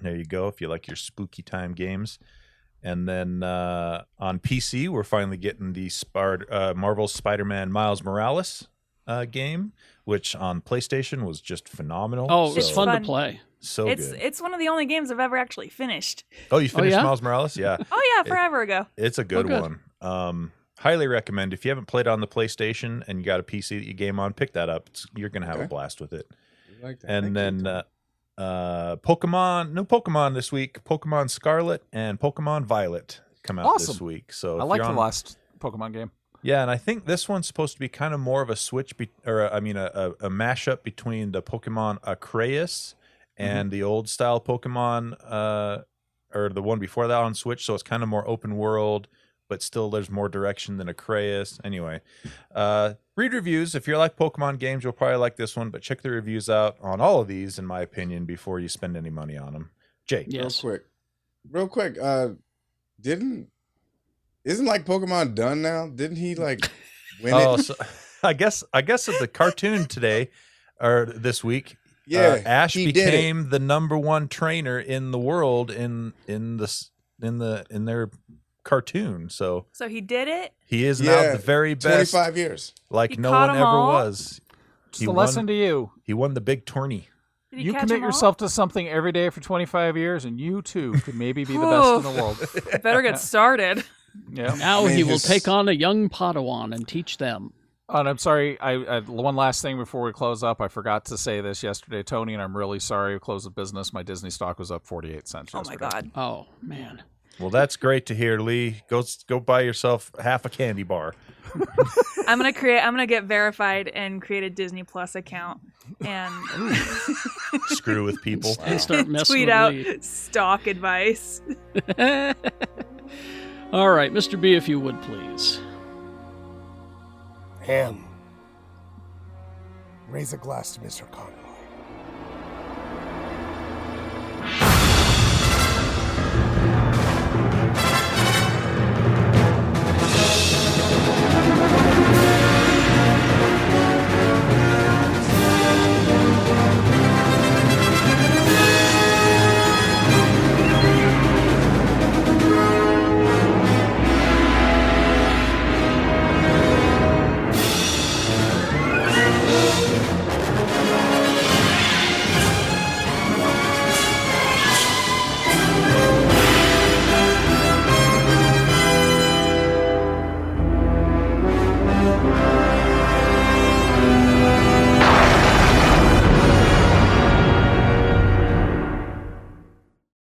Speaker 6: there you go. If you like your spooky time games. And then uh, on PC, we're finally getting the Spar- uh, Marvel Spider Man Miles Morales uh, game, which on PlayStation was just phenomenal.
Speaker 2: Oh,
Speaker 6: so,
Speaker 2: it's fun,
Speaker 8: fun.
Speaker 2: to play.
Speaker 6: So
Speaker 8: it's
Speaker 6: good.
Speaker 8: it's one of the only games I've ever actually finished.
Speaker 6: oh, you finished
Speaker 2: yeah?
Speaker 6: Miles Morales? Yeah.
Speaker 8: Oh yeah, forever ago.
Speaker 6: It's a good,
Speaker 2: good.
Speaker 6: one. Um, highly recommend if you haven't played on the PlayStation and you got a PC that you game on, pick that up. It's, you're gonna have a
Speaker 9: Okay.
Speaker 6: blast with it.
Speaker 9: We like that.
Speaker 6: And
Speaker 9: Thank
Speaker 6: then uh, uh, Pokemon, no Pokemon this week. Pokemon Scarlet and Pokemon Violet come out this
Speaker 5: Awesome.
Speaker 6: week. So
Speaker 5: I
Speaker 6: if
Speaker 5: like
Speaker 6: you're
Speaker 5: the
Speaker 6: on-
Speaker 5: last Pokemon game.
Speaker 6: Yeah, and I think this one's supposed to be kind of more of a switch, be- or uh, I mean, a, a, a mashup between the Pokemon Acreus and the old style Pokemon, uh, or the one before that on Switch. So it's kind of more open world, but still there's more direction than a Crayus. Anyway, uh, read reviews. If you like Pokemon games, you'll probably like this one, but check the reviews out on all of these, in my opinion, before you spend any money on them. Jay,
Speaker 2: Yes.
Speaker 9: Real quick, real quick. Uh, didn't isn't like Pokemon done now? Didn't he like win
Speaker 6: oh,
Speaker 9: it?
Speaker 6: so, I guess I guess at the cartoon today or this week,
Speaker 9: Yeah,
Speaker 6: uh, Ash
Speaker 9: he did it.
Speaker 6: became the number one trainer in the world in in the s- in the in their cartoon. So
Speaker 8: So he did it.
Speaker 6: he is now
Speaker 9: Yeah,
Speaker 6: the very best,
Speaker 9: Twenty-five years.
Speaker 6: like
Speaker 8: He
Speaker 6: no
Speaker 8: caught
Speaker 6: one
Speaker 8: 'em
Speaker 6: ever
Speaker 8: all?
Speaker 6: was.
Speaker 4: Just
Speaker 6: He
Speaker 4: a
Speaker 6: won,
Speaker 4: lesson to you.
Speaker 6: he won the big tourney.
Speaker 8: Did he
Speaker 4: You
Speaker 8: catch
Speaker 4: commit
Speaker 8: them all?
Speaker 4: yourself to something every day for 25 years, and you too could maybe be the best in the world.
Speaker 8: I better get started.
Speaker 4: Yeah.
Speaker 2: Now
Speaker 9: I mean,
Speaker 2: he will
Speaker 9: his-
Speaker 2: take on a young Padawan and teach them.
Speaker 4: And I'm sorry. I, I one last thing before we close up. I forgot to say this yesterday, Tony, and I'm really sorry. We closed the business. My Disney stock was up 48 cents.
Speaker 8: Oh my
Speaker 4: yesterday.
Speaker 8: god.
Speaker 2: Oh man,
Speaker 6: Well, that's great to hear, Lee. Go s- go buy yourself half a candy bar.
Speaker 8: I'm gonna create. I'm gonna get verified and create a Disney Plus account and
Speaker 6: Screw with people.
Speaker 2: and start messing
Speaker 8: tweet
Speaker 2: with
Speaker 8: out
Speaker 2: Lee.
Speaker 8: stock advice.
Speaker 2: All right, Mr. B, if you would please.
Speaker 7: Ham. Raise a glass to Mr. Connor.